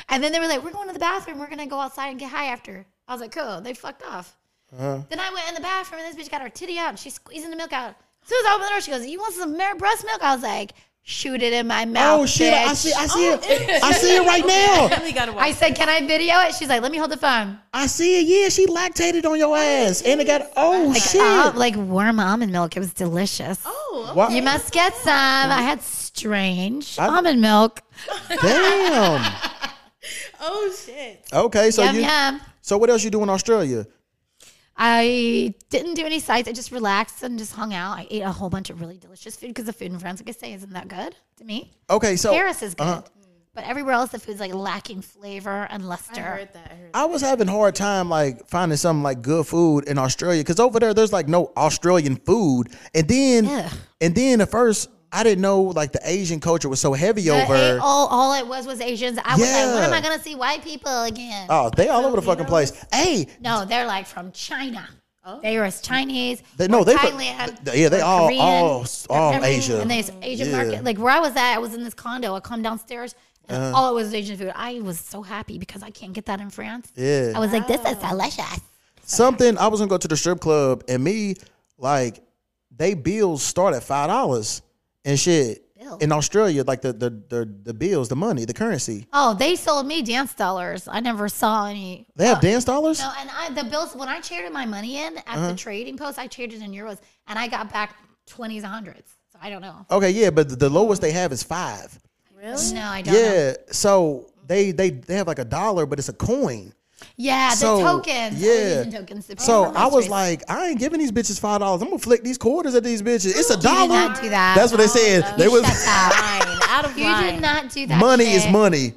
S4: and then they were like, we're going to the bathroom. We're going to go outside and get high after. I was like, cool. They fucked off.
S1: Uh-huh.
S4: Then I went in the bathroom and this bitch got her titty out and she's squeezing the milk out. As soon as I opened the door, she goes, You want some mer- breast milk? I was like, Shoot it in my mouth.
S1: Oh shit! I
S4: bitch."
S1: see. I see
S4: Oh,
S1: it. I see it right now.
S3: really gotta watch.
S4: I said, Can I video it? She's like, Let me hold the phone.
S1: I see it. Yeah, she lactated on your ass, and it got. Oh
S4: Like, oh,
S1: shit!
S4: like warm almond milk. It was delicious.
S3: oh,
S1: Why-
S4: You must get some. I had strange
S1: I-
S4: almond milk.
S1: Damn.
S3: oh shit.
S1: Okay, so
S4: yum
S1: you.
S4: yum.
S1: So what else you do in Australia?
S4: I didn't do any sites. I just relaxed and just hung out. I ate a whole bunch of really delicious food because the food in France, like I say, isn't that good to me.
S1: Okay, so
S4: Paris is good,
S1: uh-huh.
S4: but everywhere else the food's like lacking flavor and
S3: I
S4: luster.
S3: heard that. I heard. That.
S1: I was having hard time like finding some like good food in Australia because over there there's like no Australian food, and then
S4: Ugh.
S1: and then at first I didn't know like the Asian culture was so heavy
S4: But
S1: over.
S4: a- all, all it was was Asians. I was like, when
S1: Yeah.
S4: am I going to see white people again?
S1: oh, they all over the fucking place. Hey,
S4: no, they're like from China.
S3: Oh.
S4: They were as Chinese.
S1: They- no,
S4: or
S1: they fr-
S4: Thailand.
S1: th- yeah, they
S4: or
S1: all-
S4: Korean,
S1: all-
S4: or
S1: all
S4: everything.
S1: Asia.
S4: And there's Asian
S1: Oh, Yeah.
S4: market. Like where I was at, I was in this condo. I come downstairs. And
S1: Uh-huh.
S4: all it was Asian food. I was so happy because I can't get that in France.
S1: Yeah.
S4: I was like, this is delicious.
S1: something I was gonna go to the strip club and me like they bills start at five dollars and shit
S4: Bill.
S1: in Australia like the, the the the bills the money the currency
S4: Oh, they sold me dance dollars. I never saw any
S1: they have dance dollars.
S4: No, and I the bills when I traded my money in at
S1: Uh-huh.
S4: the trading post, I traded in euros, and I got back twenties, hundreds. So I don't know.
S1: Okay, yeah, but the- the lowest they have is five.
S3: Really?
S4: No, I don't. know.
S1: Yeah, so they they they have like a dollar, but it's a coin.
S4: yeah, the
S1: So,
S4: tokens. Oh, I was
S1: yeah.
S4: using tokens to pay
S1: So
S4: for
S1: I was
S4: groceries.
S1: like, I ain't giving these bitches five dollars. I'm gonna flick these quarters at these bitches. It's a
S4: you did
S1: dollar.
S4: not do that. Oh,
S1: That's what they said. they was
S4: Shut up.
S3: Line out of
S4: you
S3: line.
S4: did not do that.
S1: money
S4: shit.
S1: is money.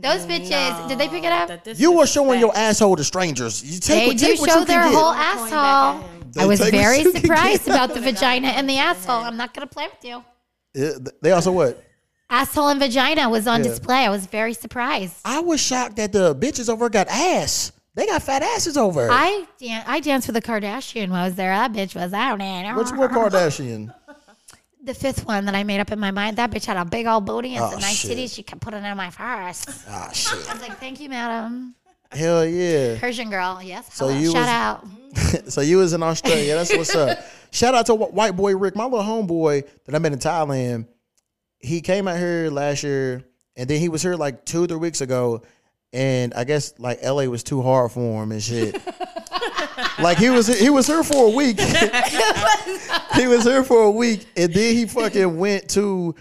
S4: Those bitches. Did they pick it up?
S3: That this
S1: You
S3: is
S1: were showing your
S3: fact.
S1: asshole to strangers. You take
S4: They
S1: what,
S4: do
S1: take what
S4: show
S1: you
S4: their
S1: can
S4: whole
S1: get.
S3: Going back
S4: asshole.
S3: at him.
S1: They
S4: I was
S1: take what
S4: very
S1: you can
S4: surprised
S1: get.
S4: about the vagina and the asshole. I'm not gonna play with you.
S1: Yeah, They also what?
S4: Asshole and vagina was on
S1: Yeah.
S4: display. I was very surprised.
S1: I was shocked that the bitches over got ass. They got fat asses over.
S4: I dan- I danced with a Kardashian when I was there. That bitch was out and
S1: Which what Kardashian?
S4: the fifth one that I made up in my mind. That bitch had a big old booty and
S1: Oh,
S4: some nice
S1: shit.
S4: titties. She kept putting it on my first.
S1: ah shit.
S4: I was like, "Thank you, madam."
S1: Hell yeah.
S4: Persian girl, yes.
S1: So
S4: Hello.
S1: you
S4: Shout
S1: was-
S4: out.
S1: so you was in Australia. That's what's up. Shout out to wh- white boy Rick, my little homeboy that I met in Thailand. He came out here last year, and then he was here like two, three weeks ago. And I guess like LA was too hard for him and shit. like he was he was here for a week. he was here for a week, and then he fucking went to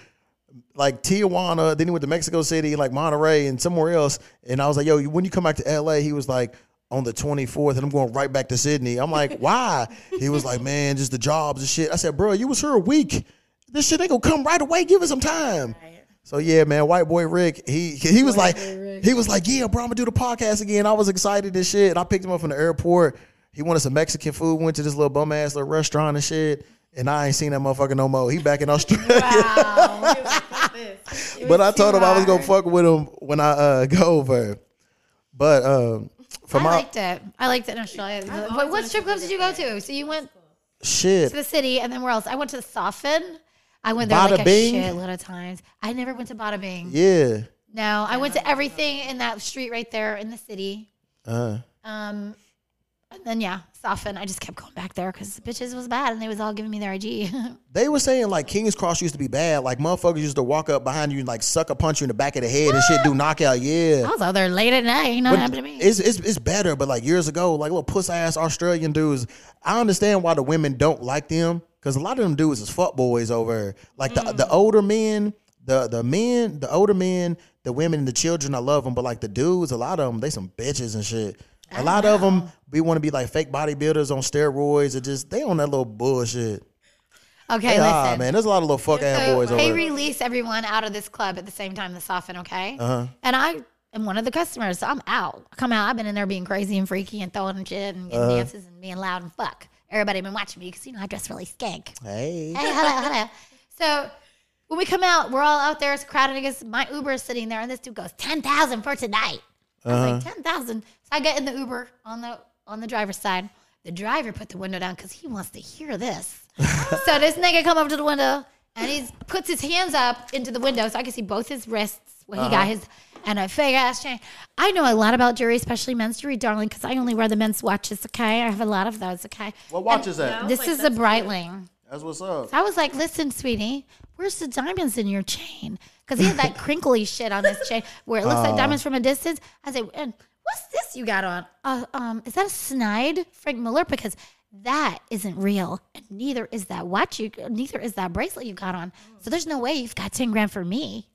S1: like Tijuana. Then he went to Mexico City, like Monterey, and somewhere else. And I was like, "Yo, when you come back to LA?" He was like, "On the 24th," and I'm going right back to Sydney. I'm like, "Why?" he was like, "Man, just the jobs and shit." I said, "Bro, you was here a week. This shit ain't gonna come right away. Give it some time." So yeah, man, white boy Rick, he he was like he was like, yeah, bro, I'm gonna do the podcast again. I was excited and shit. And I picked him up from the airport. He wanted some Mexican food. Went to this little bum ass little restaurant and shit. And I ain't seen that motherfucker no more. He back in Australia. but I told him I was gonna fuck with him when I uh, go over. But um, for
S4: I
S1: my
S4: liked it. I liked it in Australia. What, what strip clubs did you go to? So you went
S1: shit,
S4: to the city and then where else? I went to the Soften. I went there
S1: Bada
S4: like a
S1: Bing?
S4: shitload of times. I never went to Bada Bing.
S1: yeah.
S4: No, I went to everything in that street right there in the city.
S1: Uh,
S4: Um, and then yeah, Soften. I just kept going back there because the bitches was bad and they was all giving me their IG.
S1: they were saying like King's Cross used to be bad. Like motherfuckers used to walk up behind you and like sucker punch you in the back of the head and shit, do knockout. Yeah.
S4: I was out there late at night. Ain't nothing
S1: But
S4: happened to me.
S1: It's, it's it's better, but like years ago, like little puss ass Australian dudes. I understand why the women don't like them because a lot of them dudes is fuck boys over. Like the
S4: Mm.
S1: the older men, the the men, the older men, the women, and the children. I love them, but like the dudes, a lot of them, they some bitches and shit. A lot of them, we want to be like fake bodybuilders on steroids or just they on that little bullshit.
S4: Okay,
S1: Hey,
S4: listen.
S1: ah, man, there's a lot of little fuck ass
S4: So
S1: boys over.
S4: they release everyone out of this club at the same time, the soften, okay?
S1: Uh-huh.
S4: And I am one of the customers, so I'm out. I come out, I've been in there being crazy and freaky and throwing shit and
S1: Uh-huh.
S4: getting dances and being loud and fuck. Everybody been watching me because, you know, I dress really skank.
S1: hey,
S4: Hey, hello, hello. So when we come out, we're all out there. It's crowded. I guess my Uber is sitting there, and this dude goes ten thousand for tonight. I was
S1: Uh-huh.
S4: like ten thousand. So I get in the Uber on the on the driver's side. The driver put the window down because he wants to hear this. so this nigga come up to the window and he puts his hands up into the window so I can see both his wrists where
S1: Uh-huh.
S4: he got his and a fake ass chain. I know a lot about jewelry, especially men's jewelry, darling, because I only wear the men's watches. Okay, I have a lot of those. Okay,
S1: what watch is that?
S4: this
S3: like,
S4: is a
S3: that's cute.
S4: Breitling.
S1: That's what's up.
S4: I was like, listen, sweetie, where's the diamonds in your chain? Because he had that crinkly shit on his chain where it looks like
S1: Oh.
S4: diamonds from a distance. I say, and what's this you got on? Uh, um, is that a snide Frank Miller? Because that isn't real, and neither is that watch you, neither is that bracelet you got on. So there's no way you've got ten grand for me.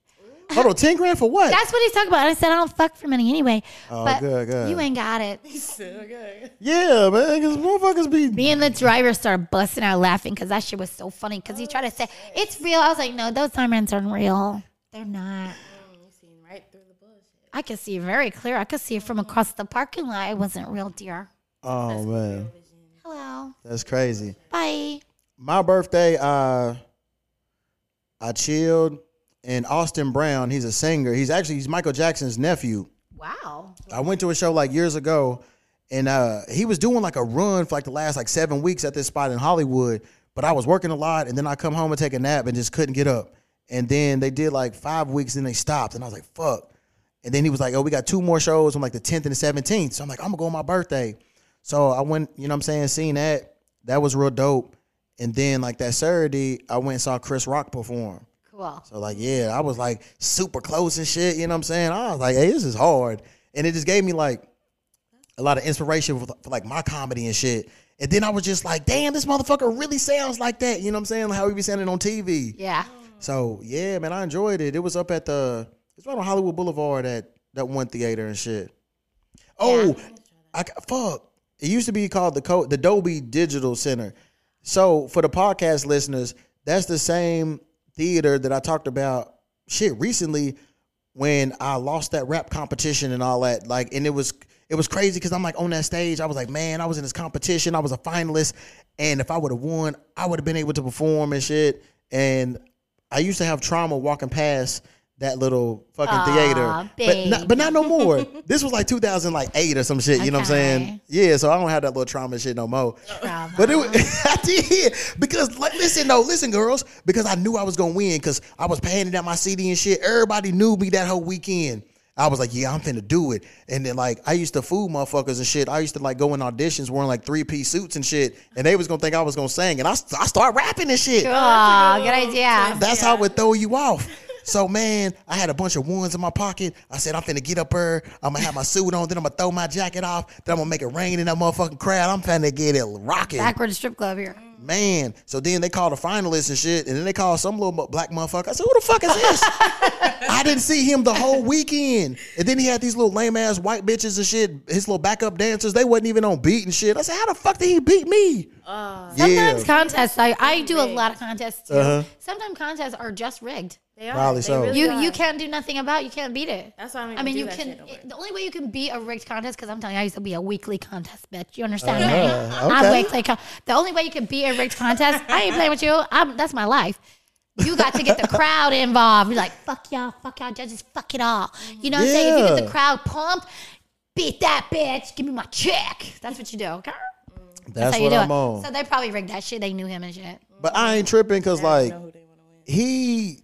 S1: Hold on, ten grand for what?
S4: That's what he's talking about. And I said, I don't fuck for money anyway.
S1: Oh,
S4: but
S1: good, good.
S4: You ain't got it.
S3: okay.
S1: yeah, man, because motherfuckers be
S4: Me and the driver started busting out laughing because that shit was so funny. Because he tried to say it's real. I was like, no, those diamonds aren't real. They're not.
S3: You've seen right through the bullshit.
S4: I could see very clear. I could see it from across the parking lot. It wasn't real, dear.
S1: Oh man,
S4: Hello.
S1: that's crazy.
S4: Bye.
S1: My birthday, uh, I chilled, and Austin Brown, he's a singer. He's actually he's Michael Jackson's nephew.
S4: Wow.
S1: I went to a show like years ago, and uh, he was doing like a run for like the last like seven weeks at this spot in Hollywood. But I was working a lot, and then I come home and take a nap and just couldn't get up. And then they did like five weeks, and they stopped, and I was like, "Fuck!" And then he was like, "Oh, we got two more shows on like the 10th and the 17th." So I'm like, "I'm gonna go on my birthday." So I went, you know, what I'm saying, seeing that that was real dope. And then like that Saturday, I went and saw Chris Rock perform.
S4: Cool.
S1: So like, yeah, I was like super close and shit. You know what I'm saying? I was like, hey, this is hard, and it just gave me like a lot of inspiration for, for like my comedy and shit. And then I was just like, damn, this motherfucker really sounds like that. You know what I'm saying? Like how he be sounding on TV.
S4: Yeah.
S1: So yeah, man, I enjoyed it. It was up at the it's right on Hollywood Boulevard at that one theater and shit. Oh, I ca- fuck. It used to be called the Co- the Dolby Digital Center. So for the podcast listeners, that's the same theater that I talked about shit recently when I lost that rap competition and all that. Like, and it was it was crazy because I'm like on that stage. I was like, man, I was in this competition. I was a finalist, and if I would have won, I would have been able to perform and shit. And I used to have trauma walking past that little fucking theater, but
S4: babe.
S1: not, but not no more. this was like 2008 or some shit. You know what I'm saying?
S4: Okay.
S1: Yeah. So I don't have that little trauma shit no more.
S4: Trauma.
S1: But it, wa- I did because like listen no listen girls because I knew I was gonna win because I was panning out my CD and shit. Everybody knew me that whole weekend. I was like, yeah, I'm finna do it. And then like I used to fool motherfuckers and shit. I used to like go in auditions wearing like three piece suits and shit, and they was gonna think I was gonna sing, and I st- I start rapping and shit.
S4: Oh, good idea.
S1: That's how it would throw you off. So man, I had a bunch of ones in my pocket. I said I'm finna get up her. I'm gonna have my suit on. Then I'm gonna throw my jacket off. Then I'm gonna make it rain in that motherfucking crowd. I'm finna get it rocking
S4: Backward strip club here.
S1: man. So then they called a finalist and shit, and then they called some little mo- black motherfucker. I said, "Who the fuck is this?" I didn't see him the whole weekend, and then he had these little lame ass white bitches and shit. His little backup dancers, they wasn't even on beat and shit. I said, "How the fuck did he beat me?"
S4: Uh, Sometimes contests, I, I do a lot of contests too.
S1: Uh-huh.
S4: Sometimes contests are just rigged.
S3: They are.
S1: Probably
S3: they
S1: so.
S3: Really
S4: You
S3: are.
S4: you can't do nothing about. You can't beat it.
S3: That's why I don't
S4: I
S3: even
S4: mean,
S3: do
S4: you
S3: that
S4: can. e-
S3: shit no more.
S4: it- the only way you can be a rigged contest, because I'm telling you, I used to be a weekly contest bitch. You understand
S1: Uh-huh.
S4: me?
S1: Okay.
S4: I'm weekly. Con- the only way you can be a rigged contest, I ain't playing with you. I'm, that's my life. You got to get the crowd involved. You're like, fuck y'all, fuck y'all judges, fuck it all. You know what I'm saying? If you get
S1: Yeah.
S4: the crowd pumped, beat that bitch. Give me my check. That's what you do. okay?
S1: That's,
S4: how you
S1: what
S4: do
S1: I'm
S4: it.
S1: on.
S4: So they probably rigged that shit. They knew him and shit.
S1: but I ain't tripping because
S3: I
S1: like
S3: know who they want to win.
S1: he,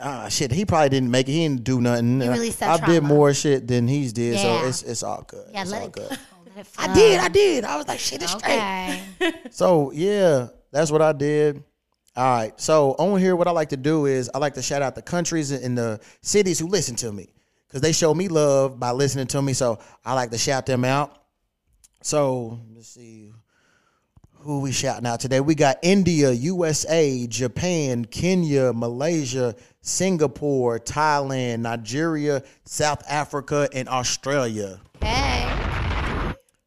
S1: ah shit, he probably didn't make it. He didn't do nothing.
S4: He released that
S1: I did
S4: trauma.
S1: more shit than he's did, so
S4: Yeah.
S1: it's it's all good.
S4: Yeah,
S1: it's
S4: let
S1: all
S4: it
S1: good.
S4: go. Let it
S1: I
S4: flow.
S1: did, I did. I was like, shit, it's straight.
S4: Okay.
S1: So yeah, that's what I did. All right. So on here, what I like to do is I like to shout out the countries and the cities who listen to me because they show me love by listening to me. So I like to shout them out. So let's see who we shouting out today. We got India, USA, Japan, Kenya, Malaysia, Singapore, Thailand, Nigeria, South Africa, and Australia.
S4: Hey.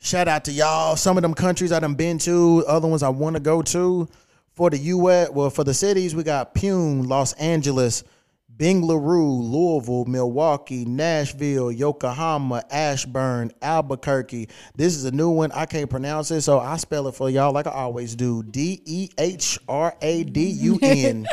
S1: Shout out to y'all. Some of them countries I done been to, other ones I want to go to. For the U.S., well, for the cities, we got Pune, Los Angeles, Bengaluru, Louisville, Milwaukee, Nashville, Yokohama, Ashburn, Albuquerque. This is a new one. I can't pronounce it, so I spell it for y'all like I always do. D E H R A D U N.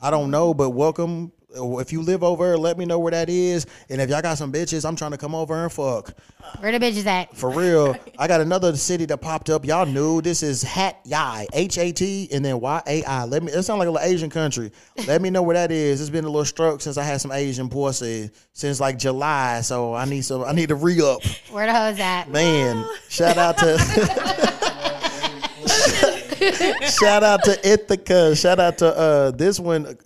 S1: I don't know, but welcome. If you live over, let me know where that is. And if y'all got some bitches, I'm trying to come over and fuck.
S4: Where the bitches at?
S1: For real. I got another city that popped up. Y'all knew this is Hat Yai, H A T, and then Y A I. Let me. It sounds like a little Asian country. Let me know where that is. It's been a little struck since I had some Asian pussy since like July. So I need some. I need to re up.
S4: Where the hoes at?
S1: Man, shout out to shout out to Ithaca. Shout out to uh, this one,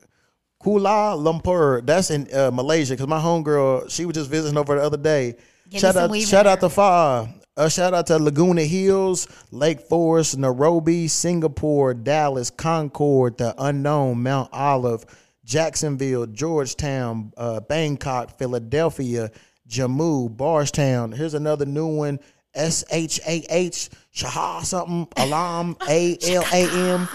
S1: Kuala Lumpur. That's in uh, Malaysia. Because my homegirl, she was just visiting over the other day.
S4: Give me
S1: shout
S4: some
S1: out,
S4: weave in
S1: shout out to Far. Uh, shout out to Laguna Hills, Lake Forest, Nairobi, Singapore, Dallas, Concord, the unknown, Mount Olive, Jacksonville, Georgetown, uh, Bangkok, Philadelphia, Jammu, Barstown. Here's another new one. S H A H Shah something Alam A L A M.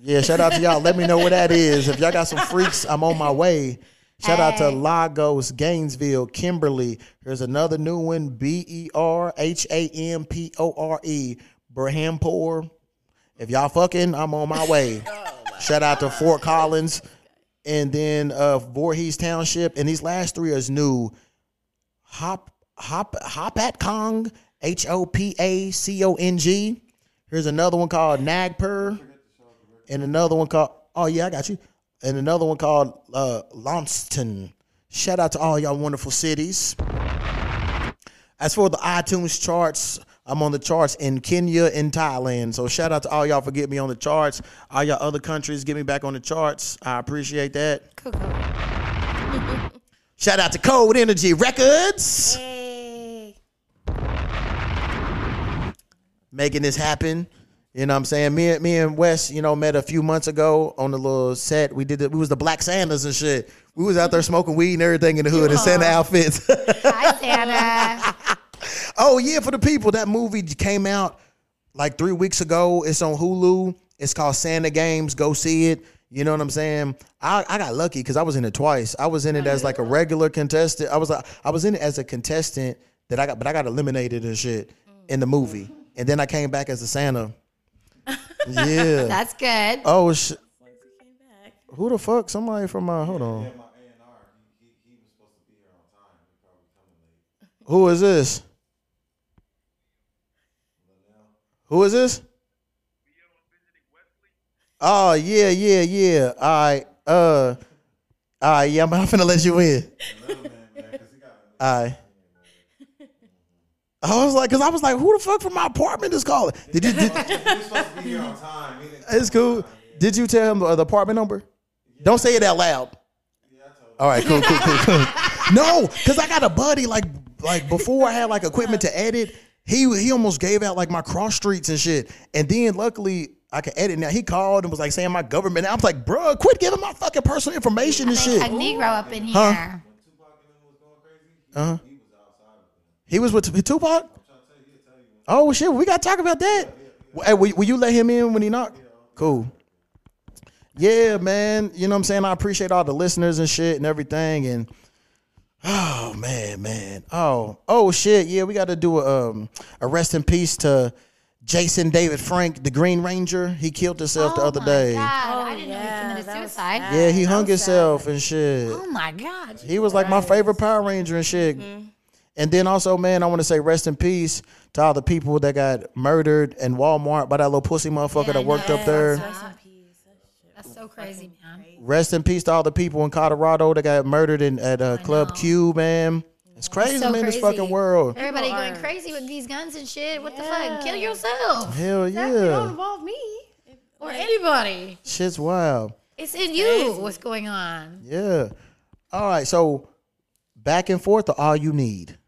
S1: Yeah, shout out to y'all. Let me know where that is. If y'all got some freaks, I'm on my way. Shout out to Lagos, Gainesville, Kimberly. Here's another new one. B E R H A M P O R E. Brahampore. If y'all fucking, I'm on my way. Shout out to Fort Collins. And then uh Voorhees Township. And these last three is new. Hop Hop Hop at Kong. H O P A C O N G. Here's another one called Nagpur. And another one called Oh yeah, I got you. And another one called uh Launceston. Shout out to all y'all wonderful cities. As for the iTunes charts, I'm on the charts in Kenya and Thailand. So shout out to all y'all for getting me on the charts. All y'all other countries get me back on the charts. I appreciate that.
S4: Cool, cool.
S1: Shout out to Cold Energy Records.
S3: Hey.
S1: making this happen. You know what I'm saying? Me, and me and Wes, you know, met a few months ago on the little set. We did it. We was the Black Sanders and shit. We was out there smoking weed and everything in the hood and Santa outfits.
S4: Hi, Santa.
S1: oh yeah, for the people, that movie came out like three weeks ago. It's on Hulu. It's called Santa Games. Go see it. You know what I'm saying? I, I got lucky because I was in it twice. I was in it as like a regular contestant. I was uh, I was in it as a contestant that I got, but I got eliminated and shit in the movie. And then I came back as a Santa. Yeah.
S4: That's good.
S1: Oh, sh- who the fuck? Somebody from my hold on. Who is this? Who is this? Oh yeah, yeah, yeah. All right, uh, all right, yeah. I'm, I'm finna let you in. All right. I was like, cause I was like, who the fuck from my apartment is calling? Did you? Did, It's cool. Did you tell him the, the apartment number? Don't say it out loud. All right, cool, cool, cool, cool. no, because I got a buddy like like before I had like equipment to edit. He he almost gave out like my cross streets and shit. And then luckily I could edit now. He called and was like saying my government. I was like, bruh, quit giving my fucking personal information and
S4: Make
S1: shit.
S4: a Negro up in here.
S1: Huh? Uh-huh. He was with Tupac. Oh shit, we gotta talk about that. Hey, will, will you let him in when he knocked? Cool. Yeah, man. You know what I'm saying? I appreciate all the listeners and shit and everything. And oh man, man. Oh, oh shit. Yeah, we gotta do a um a rest in peace to Jason David Frank, the Green Ranger. He killed himself the
S4: Oh
S1: other
S4: my
S1: day.
S4: God. I
S3: Oh,
S4: didn't
S3: yeah,
S4: know he
S3: that
S4: committed
S3: was
S4: suicide.
S3: sad.
S1: Yeah, he
S3: That
S1: hung
S3: was sad.
S1: himself and shit.
S4: Oh my God. Mm-hmm.
S1: He was like my favorite Power Ranger and shit. And then also, man, I want to say rest in peace to all the people that got murdered in Walmart by that little pussy motherfucker
S4: Yeah,
S1: that worked
S4: no.
S1: up there.
S5: Rest in peace. That shit
S4: That's
S5: was
S4: so crazy,
S5: fucking
S4: man.
S5: crazy.
S1: Rest in peace to all the people in Colorado that got murdered in at uh, Club Q, man. It's crazy,
S4: so
S1: man. This
S4: crazy.
S1: fucking world.
S4: Everybody
S5: People
S4: going
S5: are-
S4: crazy with these guns and shit. What the fuck? Kill
S5: Yeah.
S4: yourself
S1: Hell
S5: Exactly, Don't
S1: yeah,
S5: involve me. If-
S4: or
S5: like,
S4: anybody.
S1: shit's wild.
S4: It's in you.
S5: crazy.
S4: What's going on?
S1: Yeah. All right. So back and forth are all you need.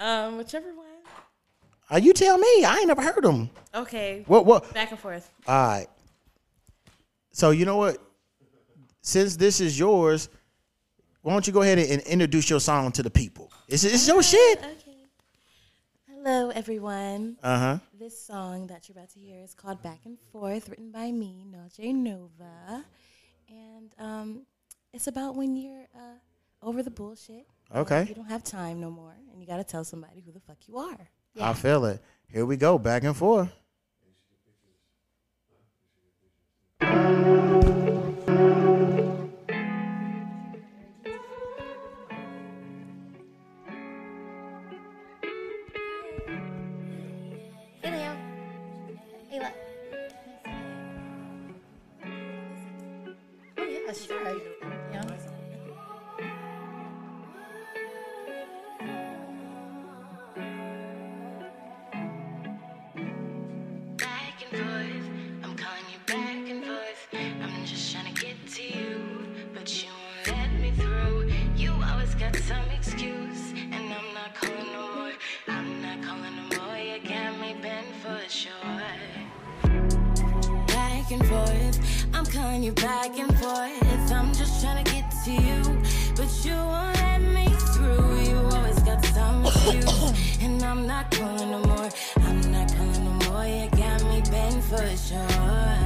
S5: Um, whichever one.
S1: Uh, you tell me. I ain't never heard them.
S5: Okay.
S1: What? What?
S5: Back and forth.
S1: All right. So you know what? Since this is yours, why don't you go ahead and, and introduce your song to the people? It's, it's
S5: Ah.
S1: your shit.
S5: Okay. Hello, everyone.
S1: Uh huh.
S5: This song that you're about to hear is called Back and Forth, written by me, Najee Nova. And um, it's about when you're uh, over the bullshit. and
S1: Okay.
S5: You don't have time no more, and you got to tell somebody who the fuck you are.
S1: I feel it. Here we go, back and forth.
S4: Hey, Leo. Hey, look. Oh, yeah, sure. Yeah.
S3: back and forth. I'm calling you back and forth. I'm just trying to get to you, but you won't let me through. You always got some excuse, and I'm not calling no more. I'm not calling no more. You got me bent for sure back and forth. I'm calling you back and forth. I'm just trying to get to you, but you won't let me through. You always got some excuse, and I'm not calling no more. I'm not calling no more. You got me bent for sure.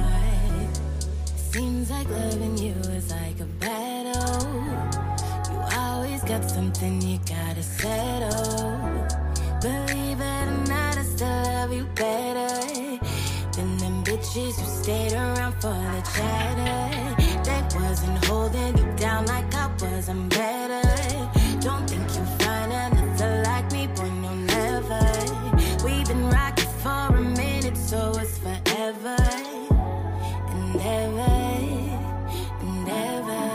S3: Seems like loving you is like a battle. You always got something you gotta settle. Believe it or not, I still love you better eh? than them bitches who stayed around for the chatter. eh? That wasn't holding you down like I was. I'm better. eh? Don't think you'll find another like me, boy, no, never. eh? We've been rocking for a minute, so it's forever eh? and ever, and eh? ever.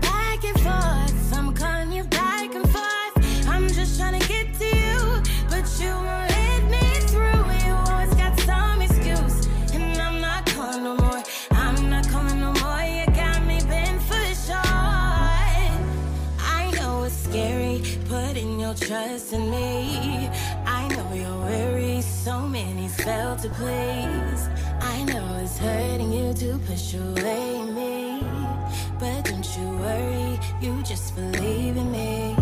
S3: Back and forth, I'm calling you back and forth. I'm just trying to get to you, but you won't let me through. You always got some excuse, and I'm not calling no more. I'm not calling no more. You got me bent for sure. I know it's scary putting your trust in me. I know you're weary, so many spell to please. I know it's hurting you to push away me. But don't you worry, you just believe in me.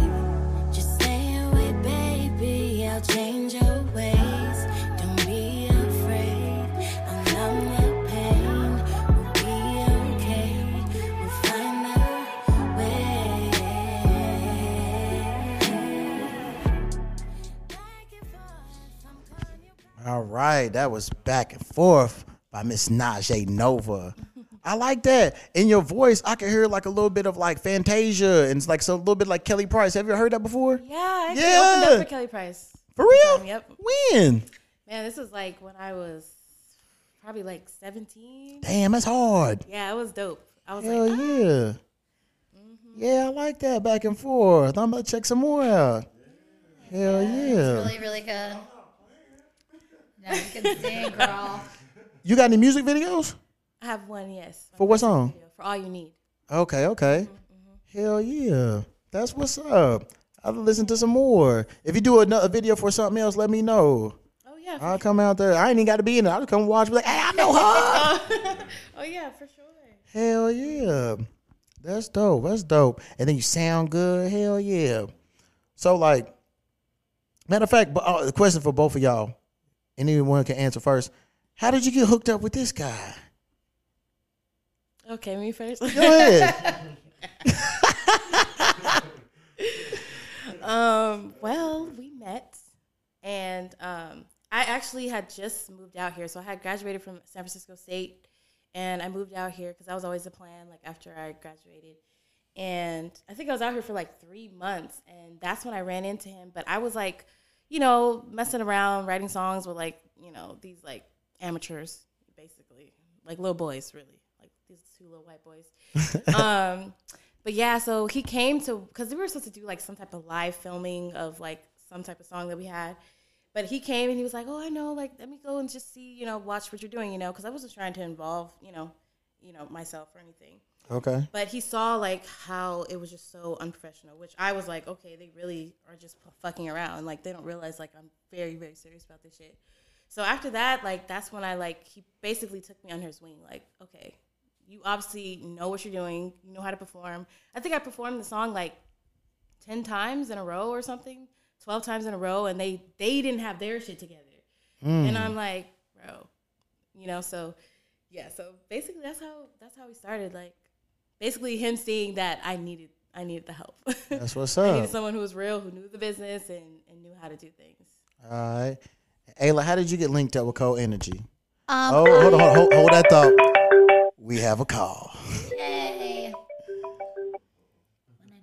S3: Just stay away, baby. I'll change your ways. Don't be afraid. I'll numb your pain. We'll be okay. We'll find a way. Back and forth, I'm calling you.
S1: All right, that was back and forth by Miss Najee Nova. I like that. In your voice, I can hear like a little bit of like Fantasia and it's like so a little bit like Kelly Price. Have you heard that before?
S5: Yeah, I actually opened
S1: Yeah.
S5: up for Kelly Price.
S1: For real?
S5: Yep.
S1: When?
S5: Man, this was like when I was probably like 17.
S1: Damn, that's hard.
S5: Yeah, it was dope. I was
S1: Hell
S5: like,
S1: yeah. Yeah, I like that back and forth. I'm gonna check some more out. Hell yeah.
S4: Really, really good. No, you can sing, girl.
S1: You got any music videos?
S5: I have one, yes.
S1: For what song?
S5: For all you need.
S1: Okay, okay. Hell yeah. That's what's up. I'll listen to some more. If you do another video for something else, let me know.
S5: Oh, yeah. For,
S1: I'll come out there. I ain't even got to be in it. I'll just come watch. Be like, hey, I know her.
S5: oh, yeah, for sure.
S1: Hell yeah. That's dope. That's dope. And then you sound good. Hell yeah. So, like, matter of fact, bu- uh, the question for both of y'all, anyone can answer first. How did you get hooked up with this guy?
S5: Okay, me first.
S1: Go ahead.
S5: Um, well, we met, and um, I actually had just moved out here. So I had graduated from San Francisco State, and I moved out here because that was always the plan. Like after I graduated,
S3: And I think I was out here for like three months, and that's when I ran into him. But I was like, you know, messing around, writing songs with like, you know, these like amateurs, basically, like little boys, really, like these two little white boys. um, but yeah, so he came to because we were supposed to do like some type of live filming of like some type of song that we had. But he came and he was like, "Oh, I know. Like, let me go and just see, you know, watch what you're doing, you know, because I wasn't trying to involve, you know, you know, myself or anything."
S1: Okay.
S3: But he saw like how it was just so unprofessional, which I was like, okay, they really are just p- fucking around. Like they don't realize like I'm very very serious about this shit. So after that, like that's when I like he basically took me under his wing. Like okay, you obviously know what you're doing. You know how to perform. I think I performed the song like ten times in a row or something, twelve times in a row, and they they didn't have their shit together.
S1: Hmm.
S3: And I'm like, bro, you know. So yeah, so basically that's how that's how we started. Like basically him seeing that I needed I needed the help.
S1: That's what's
S3: I needed
S1: up.
S3: someone who was real, who knew the business and, and knew how to do things.
S1: All right. Ayla, how did you get linked up with Co Energy?
S4: Um,
S1: Oh, hold on, hold, hold- hold that thought. We have a call.
S4: Yay.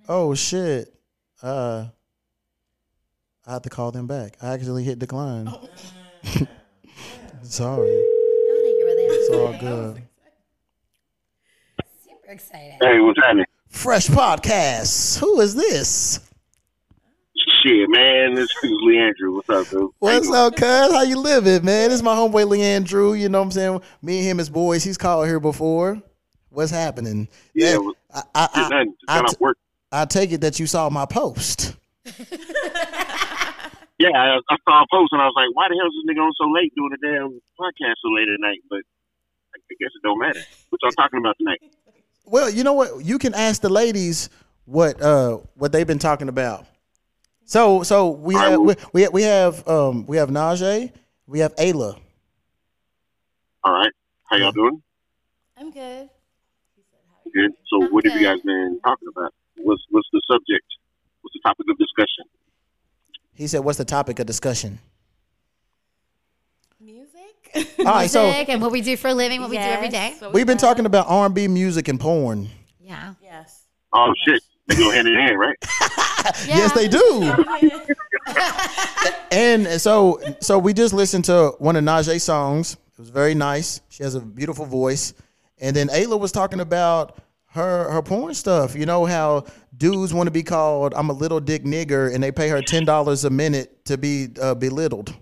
S1: Oh shit. Uh I have to call them back. I actually hit decline. Oh. Sorry.
S4: I want to hear what they have to
S1: It's all
S4: say.
S1: good.
S4: Super excited.
S6: Hey, what's happening?
S1: Fresh podcast. Who is this?
S6: Shit, man, this is Leandro. What's up, dude?
S1: What's up, cuz? How you living, man? This is my homeboy Leandrew. You know what I'm saying? Me and him as boys. He's called here before. What's happening?
S6: Yeah,
S1: Man, I, I,
S6: Shit,
S1: I,
S6: nothing. Just
S1: I,
S6: got off work.
S1: I take it that you saw my post.
S6: Yeah, I, I saw a post and I was like, why the hell is this nigga on so late doing a damn podcast so late at night? But I I guess it don't matter. What y'all talking about tonight?
S1: Well, you know what? You can ask the ladies what uh what they've been talking about. So so we
S6: I
S1: have
S6: will.
S1: we, we we have um we have Najee, we have Ayla.
S6: All right. How y'all doing?
S3: I'm good.
S6: Good. So what have
S4: Okay.
S6: you guys been talking about? What's what's the subject? What's the topic of discussion?
S1: He said, "What's the topic of discussion?"
S3: Music.
S1: All right, so
S4: Music and what we do for a living, what we do every day.
S3: Yes, what
S1: we've been
S3: love.
S1: talking about R and B music and porn.
S4: Yeah.
S3: Yes.
S6: Oh shit. They go hand in hand, right?
S4: Yeah.
S1: Yes, they do. and so so we just listened to one of Najee's songs. It was very nice. She has a beautiful voice. And then Ayla was talking about her her porn stuff. You know how dudes want to be called "I'm a little dick nigger" and they pay her ten dollars a minute to be uh, belittled.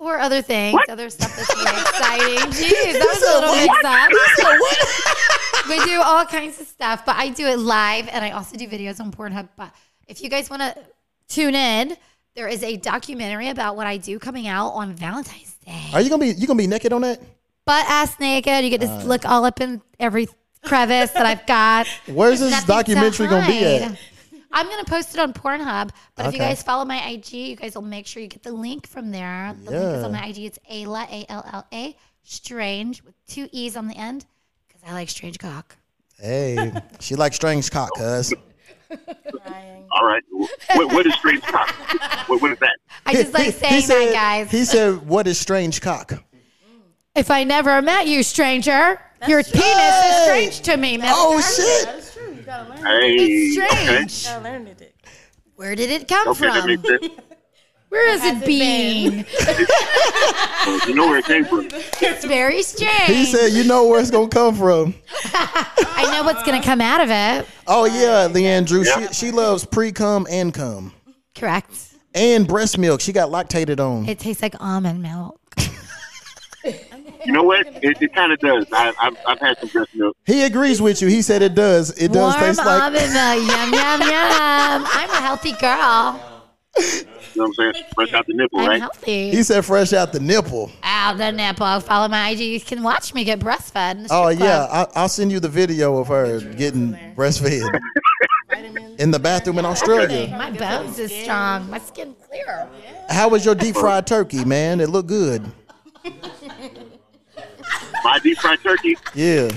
S4: Or other things, other stuff that's really exciting. Jeez, that was a little mix up. we do all kinds of stuff, but I do it live and I also do videos on Pornhub. But if you guys want to tune in, there is a documentary about what I do coming out on Valentine's Day.
S1: Are you gonna be you gonna be naked on that?
S4: Butt ass naked. You get to look all up in every crevice that I've got.
S1: Where's this
S4: Nothing
S1: documentary gonna be
S4: hide.
S1: at?
S4: I'm gonna post it on Pornhub, but if you
S1: Okay.
S4: guys follow my IG, you guys will make sure you get the link from there. The link is on
S1: Yeah.
S4: my IG. It's Ayla A L L A Strange with two E's on the end because I like strange cock.
S1: Hey, she likes strange cock, cuz.
S3: Crying.
S6: All right. What, what is straight talk? What, what is that?
S4: I just like saying
S1: said,
S4: that, guys.
S1: He said, "What is strange cock?"
S4: if I never met you, stranger, your penis
S1: Hey!
S4: is strange to me. man.
S1: Oh shit!
S3: That is true. You gotta learn. You
S6: Hey,
S4: It's
S6: okay.
S4: strange.
S3: gotta learn to dick.
S4: Where did it come
S6: Okay, that
S4: from?
S6: makes sense.
S4: Where is it
S3: Has it been?
S4: being?
S6: Well, You know where it came from.
S4: it's very
S1: He
S4: strange.
S1: said, "You know where it's gonna come from."
S4: I know what's gonna come out of it.
S1: Oh yeah, Leandrew.
S6: Yeah.
S1: She she loves pre cum and cum
S4: Correct.
S1: and breast milk. She got lactated on.
S4: It tastes like almond milk.
S6: You know what? It, it kind of does. I, I've, I've had some breast milk.
S1: He agrees with you. He said it does. It does
S4: Warm
S1: taste like.
S4: almond milk. Yum, yum, yum. I'm a healthy girl.
S6: You know what I'm saying? Fresh out the nipple,
S4: I'm
S6: right?
S1: He
S4: healthy.
S1: said fresh out the nipple.
S4: Out the nipple. Follow my IG. You can watch me get breastfed. in the
S1: Oh
S4: strip
S1: yeah,
S4: club.
S1: I, I'll send you the video of her getting breastfed
S3: Vitamins.
S1: in the bathroom in Australia.
S4: My bones is strong. My skin clear.
S1: How was your deep fried turkey, man? It looked good.
S6: My deep fried turkey.
S1: Yeah.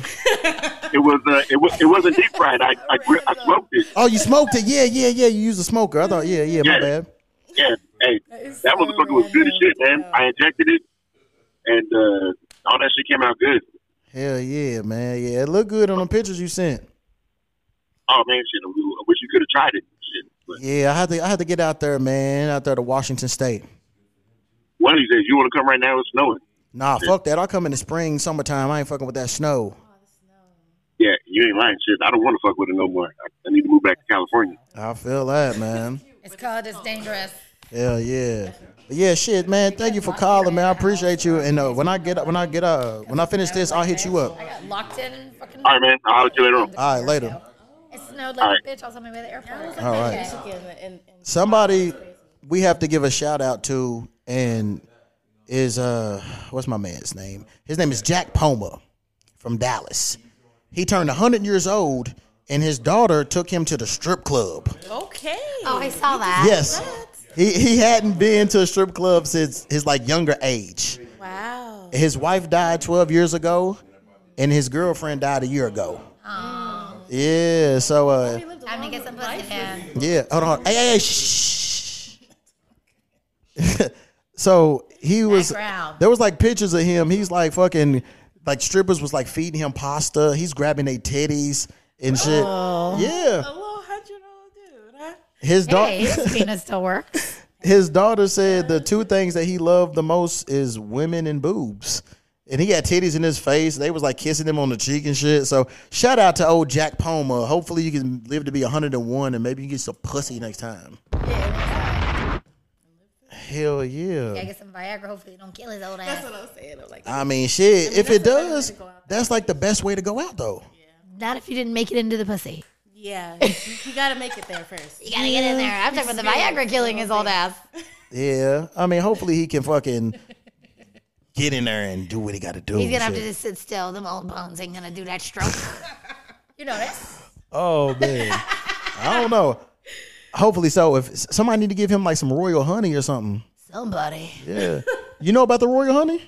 S6: It was. Uh, it was. It wasn't deep fried. I I, gri- I smoked it.
S1: Oh, you smoked it? Yeah, yeah, yeah. You used a smoker. I thought, yeah, yeah. My
S6: Yeah.
S1: bad.
S6: Yeah. Hey, that motherfucker was good as shit, man. I injected it, and uh, all that shit came out good.
S1: Hell yeah, man. Yeah, it looked good on the pictures you sent.
S6: oh man, shit, I wish you could have tried it. Shit. But
S1: Yeah, I had to I had to get out there, man, out there to Washington State.
S6: one of these days, you want to come right now? It's snowing.
S1: Nah, fuck that. I'll come in the spring, summertime. I ain't fucking with that snow.
S6: Yeah, you ain't lying, shit. I don't want to fuck with it no more. I, I need to move back to California.
S1: I feel that, man.
S4: It's called it's dangerous.
S1: Hell yeah. But yeah, shit, man. Thank you for calling, man. I appreciate you. And uh, when I get when I get uh when I finish this, I'll hit you up.
S4: I got locked in. Fucking
S6: All right, man. I'll do it on.
S1: All right, later.
S4: It snowed
S6: All
S4: like
S6: right.
S4: a bitch. I was on my way to the airport.
S1: All right.
S3: Michigan and, and
S1: Somebody we have to give a shout out to and is uh what's my man's name? His name is Jack Poma from Dallas. He turned 100 years old and his daughter took him to the strip club.
S3: okay.
S4: Oh, I saw that.
S1: Yes. He he hadn't been to a strip club since his like younger age.
S3: Wow.
S1: His wife died 12 years ago and his girlfriend died a year ago.
S4: Oh.
S1: Yeah, so uh
S4: Time to get some pussy down.
S1: yeah, hold on. Hey, hey, hey, shh. so he was.
S4: Background.
S1: There was like pictures of him. He's like fucking, like strippers was like feeding him pasta. He's grabbing their titties and shit.
S3: A
S4: Oh.
S1: Yeah,
S3: little hundred-year-old dude, huh?
S1: his daughter.
S4: Hey, his penis still works.
S1: his daughter said the two things that he loved the most is women and boobs. And he had titties in his face. They was like kissing him on the cheek and shit. So shout out to old Jack Poma. Hopefully you can live to be 101 and maybe you get some pussy next time. Hell yeah.
S4: I get some Viagra. Hopefully, it don't kill his old ass.
S3: That's what I'm saying. I'm like,
S1: I mean, shit. if
S3: that's
S1: it
S3: the better way to
S1: does,
S3: go out
S1: that's like the best way to go out, though.
S4: Not if you didn't make it into the pussy.
S3: yeah, you, you got to make it there first.
S4: You gotta get in there. I'm talking about the Viagra killing his old ass.
S1: Yeah. I mean, hopefully he can fucking get in there and do what he got to do.
S4: He's gonna have
S1: and
S4: to
S1: shit.
S4: just sit still. Them old bones ain't gonna do that stroke. you know this?
S1: Oh man, I don't know. Hopefully so. If somebody need to give him like some royal honey or something.
S4: Somebody.
S1: Yeah. You know about the royal honey?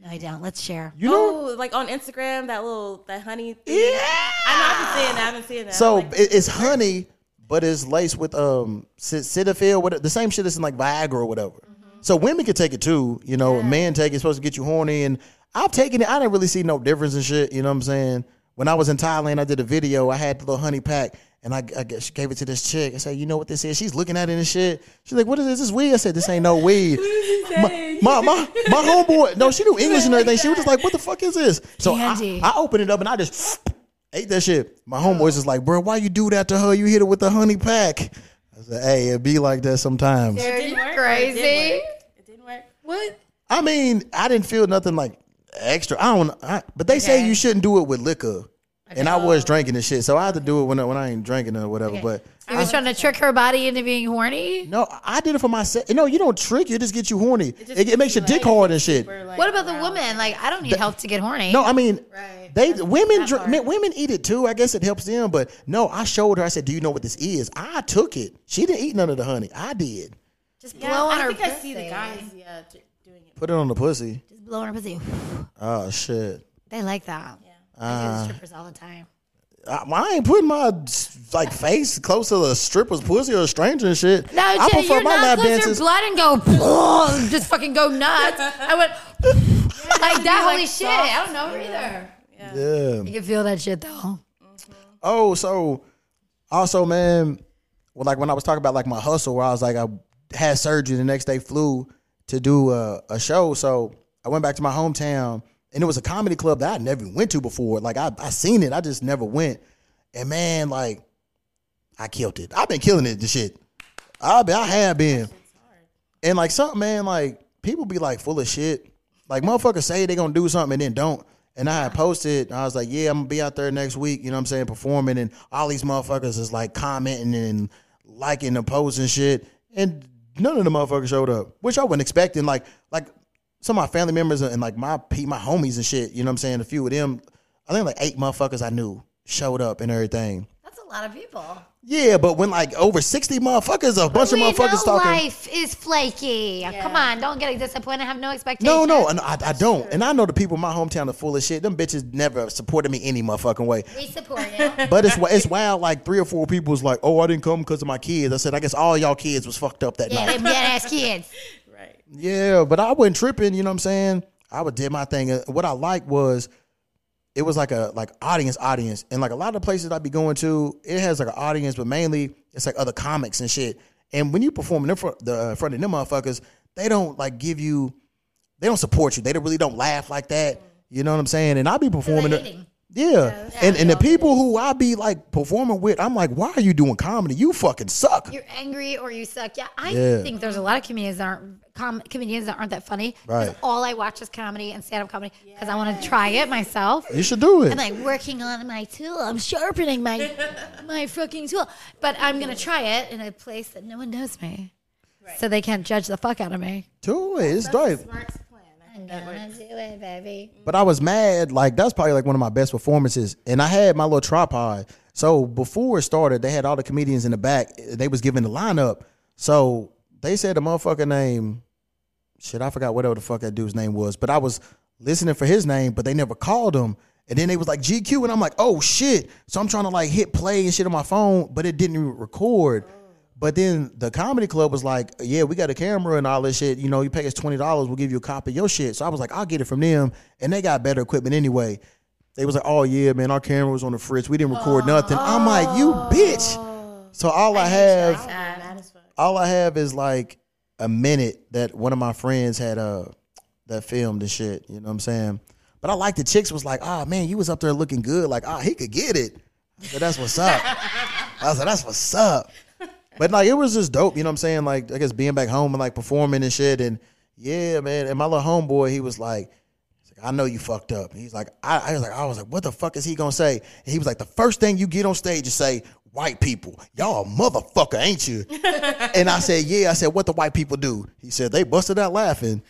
S4: No, I don't. Let's share.
S1: You know.
S3: Oh, like on Instagram, that little that honey. Thing. Yeah, I know. I've been seeing that. I've been seeing that.
S1: So
S3: I'm like,
S1: it- it's honey, but it's laced with um ci- Cetaphil, what the same shit that's in like Viagra or whatever. So women can take it too, you know. Men take it, it's supposed to get you horny. And I've taken it. I didn't really see no difference and shit. You know what I'm saying? When I was in Thailand, I did a video. I had the little honey pack, and I, I guess gave it to this chick. I said, "You know what this is?" She's looking at it and shit. She's like, "What is this? This weed?" I said, "This ain't no weed." my, my my my homeboy. No, she knew English and everything. She was just like, "What the fuck is this?" So I,
S4: Candy.
S1: I opened it up and I just ate that shit. My homeboys is like, bro, why you do that to her? You hit her with the honey pack. I said, hey, it be like that sometimes.
S4: Are
S3: it
S4: you
S3: didn't work, or it did
S4: crazy?
S3: work? It didn't work.
S4: What?
S1: I mean, I didn't feel nothing like extra. I don't. I, but they say
S4: Okay.
S1: you shouldn't do it with liquor, and I was drinking and shit, so I had to do it when I, when I ain't drinking or whatever. But
S4: He was trying to trick her body into being horny.
S1: no, I did it for myself. No, you don't trick. You just get you horny. It, it, makes your dick hard and shit.
S3: We're like,
S4: What about the woman? Like, I don't need help to get horny.
S1: No, I mean,
S3: Right.
S1: they women drink, men- women eat it too. I guess it helps them. But no, I showed her. I said, "Do you know what this is?" I took it. She didn't eat none of the honey. I did.
S4: just blow
S3: Yeah,
S4: on
S3: I
S4: her
S3: think
S4: pussy.
S3: I see the guys. Yeah, d- doing it.
S1: Put it on the pussy.
S4: Just blow on her pussy.
S1: Oh shit!
S4: They like that. Yeah. I do
S1: Uh,
S4: the strippers all the time.
S1: I, well, I ain't putting my like face close to the stripper's pussy or a stranger and shit.
S4: No,
S1: I
S4: Jay, you're not close your blood and go, just fucking go nuts. I went like that. Holy shit! I don't know her either.
S1: Yeah.
S4: You can feel that shit though.
S1: Oh, so also, man, well, like when I was talking about like my hustle, where I was like, I had surgery the next day, flew to do a, a show. So I went back to my hometown, and it was a comedy club that I never went to before. Like I, I seen it, I just never went. And man, like I killed it. I've been killing it. The shit, I been, I have been. And like something, man, like people be like full of shit. Like motherfuckers say they gonna do something and then don't. And I had posted, and I was like, yeah, I'm gonna be out there next week, you know what I'm saying, performing. And all these motherfuckers is like commenting and liking the posts and shit. And none of the motherfuckers showed up, which I wasn't expecting. Like, like some of my family members and like my pe- my homies and shit, you know what I'm saying, a few of them, I think like eight motherfuckers I knew showed up and everything.
S4: That's a lot of people.
S1: Yeah, but when like over 60 motherfuckers, a bunch of
S4: we know
S1: motherfuckers talking.
S4: life is flaky. Come on, don't get disappointed. Have no expectations.
S1: No, no, and I, I don't. And I know the people in my hometown are full of shit. Them bitches never supported me any motherfucking way.
S4: We support you.
S1: But it's it's wild. Like three or four people was like, "Oh, I didn't come because of my kids." I said, "I guess all y'all kids was fucked up that
S4: yeah,
S1: night."
S4: them dead ass kids.
S3: Right.
S1: Yeah, but I wasn't tripping. You know what I'm saying? I would did my thing. Uh, What I liked was it was like a like audience audience and like a lot of the places i'd be going to it has like an audience but mainly it's like other comics and shit and when you perform in front, the, in front of them motherfuckers they don't like give you they don't support you they don't really don't laugh like that you know what i'm saying and i'll be performing
S4: hating.
S1: yeah, and and the people who i be like performing with i'm like why are you doing comedy you fucking suck
S4: You're angry or you suck. Yeah, I
S1: Yeah.
S4: think there's a lot of comedians that aren't com- comedians that aren't that funny. 'Cause
S1: Right.
S4: All I watch is comedy and stand up comedy because I want to try it myself.
S1: you should do it
S4: I'm like working on my tool. I'm sharpening my my fucking tool. But I'm gonna try it in a place that no one knows me, so they can't judge the fuck out of me.
S1: do it it's dope
S3: Smart's plan. I think that works.
S4: do it, baby.
S1: But I was mad. Like that's probably like one of my best performances. And I had my little tripod. So before it started, they had all the comedians in the back. They was giving the lineup. So they said the motherfucker name. Shit, I forgot whatever the fuck that dude's name was. But I was listening for his name, but they never called him. And then they was like GQ, and I'm like, oh shit. So I'm trying to like hit play and shit on my phone, but it didn't even record. But then the comedy club was like, "Yeah, we got a camera and all this shit. You know, you pay us twenty dollars, we'll give you a copy of your shit." So I was like, "I'll get it from them," and they got better equipment anyway. They was like, "Oh yeah, man, our camera was on the fridge. We didn't record nothing." I'm like, "You bitch!" So all I, have, all I have is like a minute that one of my friends had uh that filmed and shit. You know what I'm saying? But I like the chicks was like, "Ah man, you was up there looking good. Like ah, he could get it." I said, "That's what's up." I was like, "That's what's up." But like it was just dope, you know what I'm saying? Like I guess being back home and like performing and shit and yeah, man. And my little homeboy, he was like, he's like, I know you fucked up. He's like, I, I was like, I was like, what the fuck is he gonna say? And he was like, the first thing you get on stage is say, white people, y'all a motherfucker, ain't you? and I said, yeah. I said, what the white people do? He said, they busted out laughing.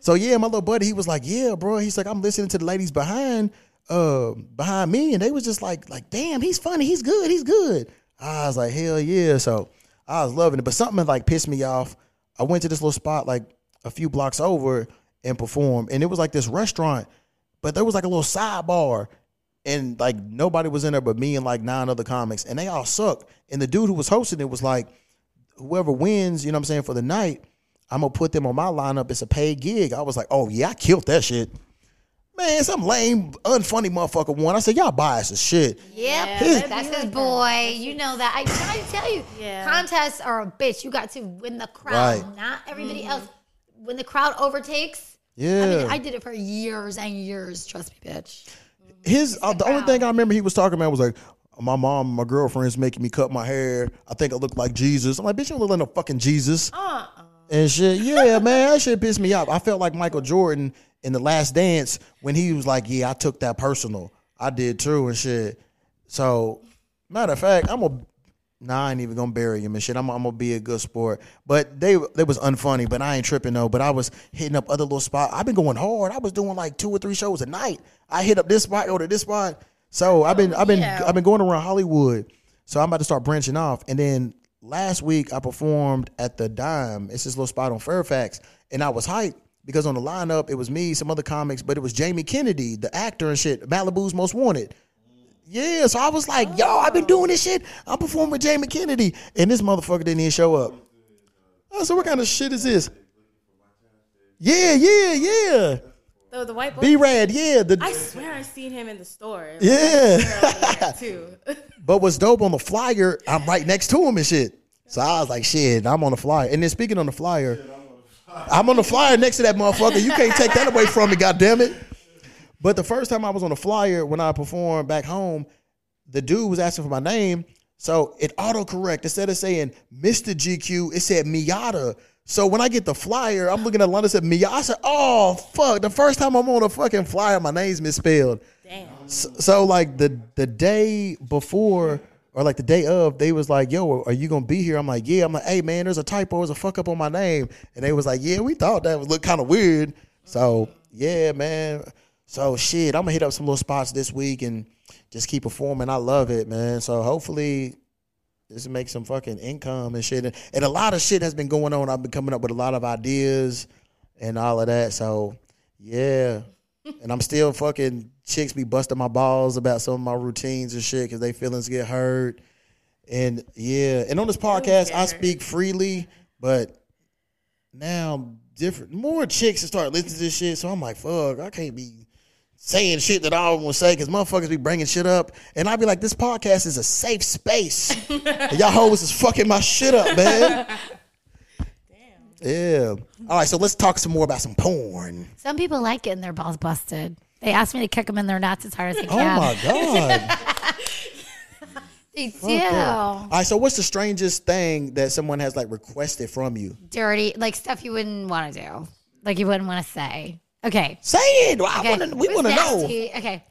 S1: So yeah, my little buddy, he was like, "Yeah, bro." He's like, "I'm listening to the ladies behind, uh, behind me," and they was just like, "Like, damn, he's funny. He's good. He's good." I was like, "Hell yeah!" So I was loving it, but something like pissed me off. I went to this little spot like a few blocks over and performed, and it was like this restaurant, but there was like a little sidebar, and like nobody was in there but me and like nine other comics, and they all sucked. And the dude who was hosting it was like, "Whoever wins, you know what I'm saying, for the night." I'm gonna put them on my lineup. It's a paid gig. I was like, oh yeah, I killed that shit. Man, some lame, unfunny motherfucker won. I said, y'all biased as shit.
S4: Yep,
S1: Yeah.
S4: that's his boy. You know that. I, I tell you,
S3: Yeah.
S4: contests are a bitch. You got to win the crowd,
S1: Right.
S4: not everybody else. When the crowd overtakes,
S1: Yeah.
S4: I mean, I did it for years and years. Trust me, bitch.
S1: His uh, the only thing I remember he was talking about was like, my mom, and my girlfriend's making me cut my hair. I think I look like Jesus. I'm like, bitch, you don't look like no fucking Jesus.
S3: Uh-uh.
S1: and shit. Yeah, man, that shit pissed me off. I felt like Michael Jordan in the Last Dance when he was like, "Yeah, I took that personal. I did too and shit." So, matter of fact, I'm a nah, I ain't even gonna bury him and shit. I'm, I'm gonna be a good sport. But they they was unfunny, but I ain't tripping though. But I was hitting up other little spots. I've been going hard. I was doing like two or three shows a night. I hit up this spot, go to this spot. So I've been I've been I've been going around Hollywood. So I'm about to start branching off. And then last week I performed at the Dime. It's this little spot on Fairfax, and I was hyped. Because on the lineup, it was me, some other comics, but it was Jamie Kennedy, the actor and shit, Malibu's Most Wanted. Yeah, so I was like, yo, I've been doing this shit. I'm performing with Jamie Kennedy, and this motherfucker didn't even show up. I said, what kind of shit is this? Yeah, yeah, yeah.
S3: So the white boy.
S1: B Rad, yeah.
S3: I
S1: The,
S3: swear I seen him in the store.
S1: yeah.
S3: Yeah, too.
S1: But what's dope on the flyer, I'm right next to him and shit. So I was like, shit, I'm on the flyer. And then speaking on the flyer, I'm on the flyer next to that motherfucker. You can't take that away from me, goddammit. But the first time I was on the flyer when I performed back home, the dude was asking for my name. So it autocorrect instead of saying Mr. GQ, it said Miata. So when I get the flyer, I'm looking at London said Miata. I said, oh fuck. The first time I'm on a fucking flyer, my name's misspelled.
S3: Damn.
S1: So, so like the the day before or like the day of, they was like, "Yo, are you gonna be here?" I'm like, "Yeah." I'm like, "Hey, man, there's a typo. There's a fuck up on my name." And they was like, "Yeah, we thought that would look kind of weird." So yeah, man. So shit, I'm gonna hit up some little spots this week and just keep performing. I love it, man. So hopefully. This make some fucking income and shit, and a lot of shit has been going on. I've been coming up with a lot of ideas and all of that. So, yeah, and I'm still fucking chicks be busting my balls about some of my routines and shit because they feelings get hurt. And yeah, and on this podcast I speak freely, but now different more chicks start listening to this shit. So I'm like, fuck, I can't be saying shit that I always say because motherfuckers be bringing shit up, and I'd be like, this podcast is a safe space. And y'all hoes is fucking my shit up, man. Damn. Yeah. All right, so let's talk some more about some porn.
S4: Some people like getting their balls busted. They asked me to kick them in their nuts as hard as I
S1: Oh
S4: can.
S1: my god.
S4: They
S1: All
S4: do.
S1: right, so what's the strangest thing that someone has like requested from you?
S4: Dirty, like stuff you wouldn't want to do, like you wouldn't want to say. Okay.
S1: Say it. I
S4: Okay.
S1: wanna, we
S4: It was
S1: want to know.
S4: nasty. Okay.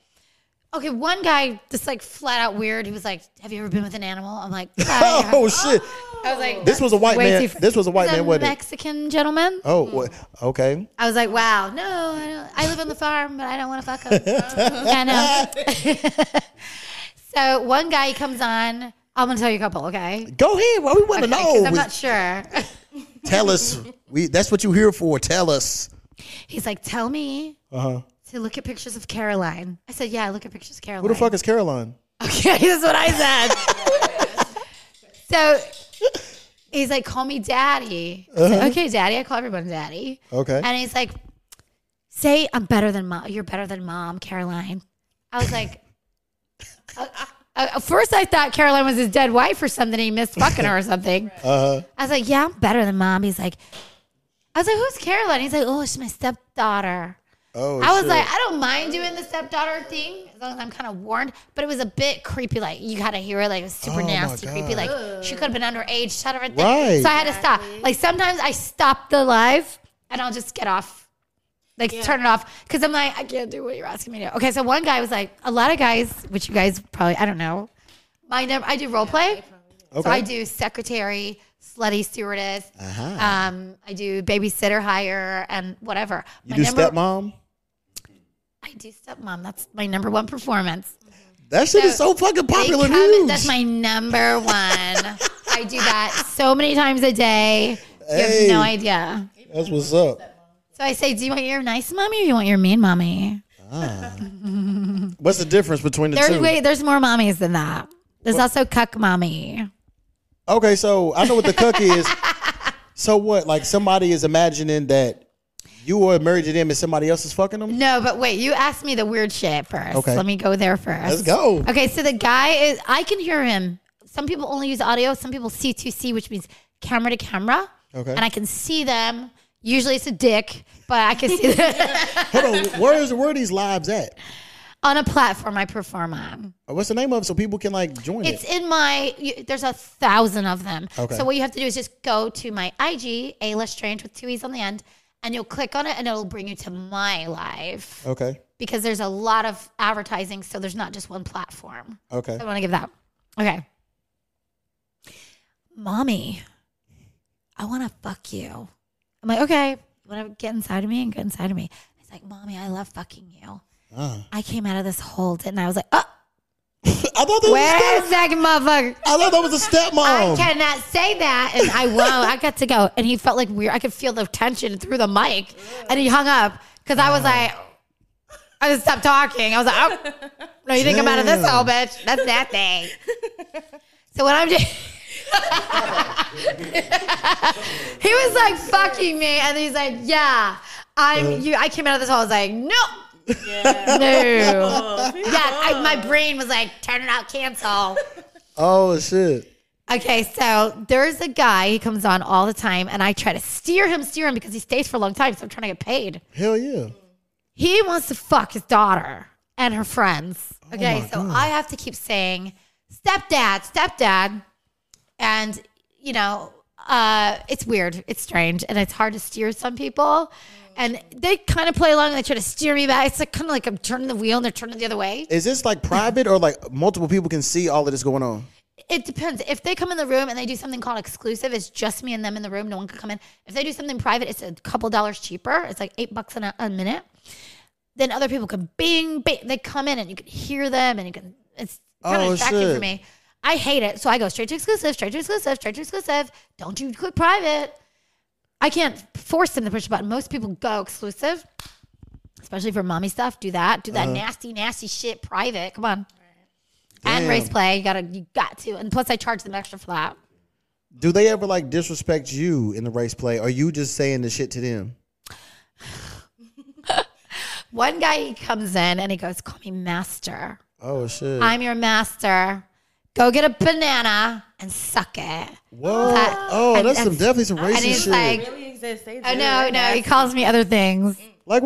S4: Okay, one guy just like flat out weird. He was like, "Have you ever been with an animal?" I'm like,
S1: Oh shit!
S4: I was like,
S1: This was a white
S4: Way
S1: man.
S4: too fr-
S1: This was a white
S4: He's
S1: man, wasn't it?
S4: Mexican gentleman.
S1: Oh, what? okay.
S4: I was like, wow, no, I, don't, I live on the farm, but I don't want to fuck him. I know. so one guy he comes on. I'm gonna tell you a couple, okay?
S1: Go ahead. Well, we want to
S4: Okay, 'cause
S1: know.
S4: I'm not sure.
S1: Tell us. We that's what you here for. Tell us.
S4: He's like, tell me
S1: Uh-huh.
S4: to look at pictures of Caroline. I said, yeah, look at pictures of Caroline.
S1: Who the fuck is Caroline?
S4: Okay, that's what I said. so he's like, call me daddy. I said, okay, daddy. I call everyone daddy.
S1: Okay.
S4: And he's like, say I'm better than mom. You're better than mom, Caroline. I was like, uh, uh, at first I thought Caroline was his dead wife or something. He missed fucking her or something.
S1: Uh,
S4: I was like, yeah, I'm better than mom. He's like, I was like, who's Caroline? He's like, oh, she's my stepdaughter.
S1: oh,
S4: I was
S1: shit.
S4: like, I don't mind doing the stepdaughter thing as long as I'm kind of warned, but it was a bit creepy. Like you gotta hear it, like it was super
S1: Oh, my
S4: nasty, creepy.
S1: God.
S4: Like she could have been underage, shut everything.
S1: Right.
S4: So I had to stop. Like sometimes I stop the live and I'll just get off, like turn it off, because I'm like, I can't do what you're asking me to. do. Okay, so one guy was like, a lot of guys, which you guys probably, I don't know, my number, I do role play.
S1: okay.
S4: So I do secretary, slutty stewardess.
S1: Uh-huh.
S4: Um, I do babysitter hire and whatever.
S1: You do stepmom.
S4: I do stepmom. That's my number one performance.
S1: That shit is so fucking
S4: They
S1: popular. and
S4: come-
S1: huge.
S4: that's my number one. I do that so many times a day.
S1: Hey.
S4: You have no idea.
S1: That's what's up.
S4: So I say, do you want your nice mommy or you want your mean mommy?
S1: What's the difference between the
S4: There's
S1: two?
S4: way, there's more mommies than that. There's also cuck mommy.
S1: Okay, so I know what the cook is. So what? Like somebody is imagining that you are married to them and somebody else is fucking them.
S4: No, but wait, you asked me the weird shit first.
S1: Okay.
S4: Let me go there first.
S1: Let's go.
S4: Okay, so the guy is, I can hear him. Some people only use audio, some people C2C, which means camera to camera.
S1: Okay.
S4: And I can see them. Usually it's a dick, but I can see them
S1: Hold on. Where is where are these lives at?
S4: on a platform I perform on.
S1: Uh, What's the name of it so people can like join
S4: It's
S1: it?
S4: in my, you, there's a thousand of them.
S1: Okay.
S4: So what you have to do is just go to my IG, Ayla Strange with two E's on the end, and you'll click on it and it'll bring you to my live
S1: Okay.
S4: because there's a lot of advertising. So there's not just one platform.
S1: Okay.
S4: I want to give that. Okay. Mommy, I want to fuck you. I'm like, okay, you want to get inside of me and get inside of me. He's like, Mommy, I love fucking you.
S1: Uh.
S4: I came out of this hole, didn't I? I was like, oh,
S1: I thought that was
S4: wait
S1: a
S4: a
S1: step-
S4: second, motherfucker.
S1: I thought that was a
S4: I
S1: stepmom.
S4: cannot say that, and I won't. I got to go, and he felt like weird. I could feel the tension through the mic, and he hung up because I was like, I just stopped talking. I was like, oh, no, you didn't come out of this
S1: Damn.
S4: hole, bitch. That's that thing. so when I'm just. he was like fucking me, and he's like, "Yeah, I'm you." I came out of this hole. I was like, "No,
S3: Yeah.
S4: no,
S3: Oh, people.
S4: yeah." I, my brain was like, "Turn it out, cancel."
S1: Oh shit.
S4: Okay, so there's a guy, he comes on all the time, and I try to steer him, steer him because he stays for a long time, so I'm trying to get paid.
S1: Hell yeah.
S4: He wants to fuck his daughter and her friends. Okay,
S1: Oh my
S4: so
S1: God.
S4: I have to keep saying, stepdad, stepdad. And, you know, uh, it's weird, it's strange, and it's hard to steer some people. And they kind of play along and they try to steer me back. It's like kind of like I'm turning the wheel and they're turning the other way.
S1: Is this like private or like multiple people can see all of this going on?
S4: It depends. If they come in the room and they do something called exclusive, it's just me and them in the room. No one can come in. If they do something private, it's a couple dollars cheaper. It's like eight bucks in a, a minute. Then other people can bing, bing. They come in and you can hear them and you can. It's kind
S1: Oh,
S4: of distracting
S1: shit.
S4: for me. I hate it. So I go straight to exclusive, straight to exclusive, straight to exclusive. Don't you click private. I can't force them to push a button. Most people go exclusive, especially for mommy stuff. Do that. Do that nasty, nasty shit private. Come on. And
S1: Damn.
S4: race play. You gotta you got to. And plus I charge them extra for that.
S1: Do they ever like disrespect you in the race play? Or you just saying the shit to them?
S4: One guy he comes in and he goes, "Call me master.
S1: Oh shit.
S4: I'm your master. Go get a banana and suck it."
S1: Whoa.
S4: That-
S1: oh,
S4: and-
S1: that's some
S4: and-
S1: definitely some racist
S4: and he's
S1: shit.
S4: like-
S1: Like,
S3: It really exists. They
S4: Oh no,
S3: do. They're
S4: no, he
S3: nasty.
S4: calls me other things.
S1: what?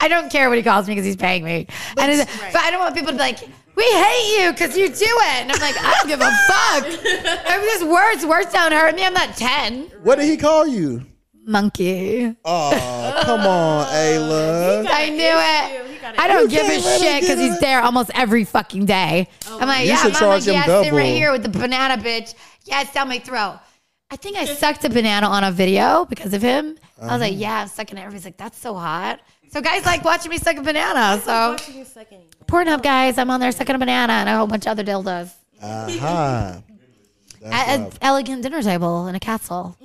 S4: I don't care what he calls me because he's paying me. and it's, but I don't want people to be like, we hate you because you do it. And I'm like, I don't give a fuck. I mean, these words, words don't hurt me. I'm not 10.
S1: what did he call you?
S4: Monkey.
S1: Oh, come on, Ayla.
S4: I knew it.
S3: He got
S4: I don't
S1: You
S4: give a
S1: can't let him
S4: shit because
S1: get
S4: he's
S1: it.
S4: there almost every fucking day.
S3: Oh,
S4: I'm like,
S1: You
S4: yeah,
S1: should
S4: I'm
S1: charge
S4: like,
S1: him
S4: yeah, sitting right
S1: double.
S4: here with the banana bitch. Yeah, it's down my throat. I think I sucked a banana on a video because of him. I was
S1: Uh-huh.
S4: like, yeah, I'm sucking it. Everybody's like, that's so hot. So guys like watching me suck a banana. So
S3: Watching you suck anything.
S4: Pornhub guys, I'm on there sucking a banana and a whole bunch of other dildos
S1: Uh-huh. That's
S4: at an
S1: rough.
S4: elegant dinner table in a castle.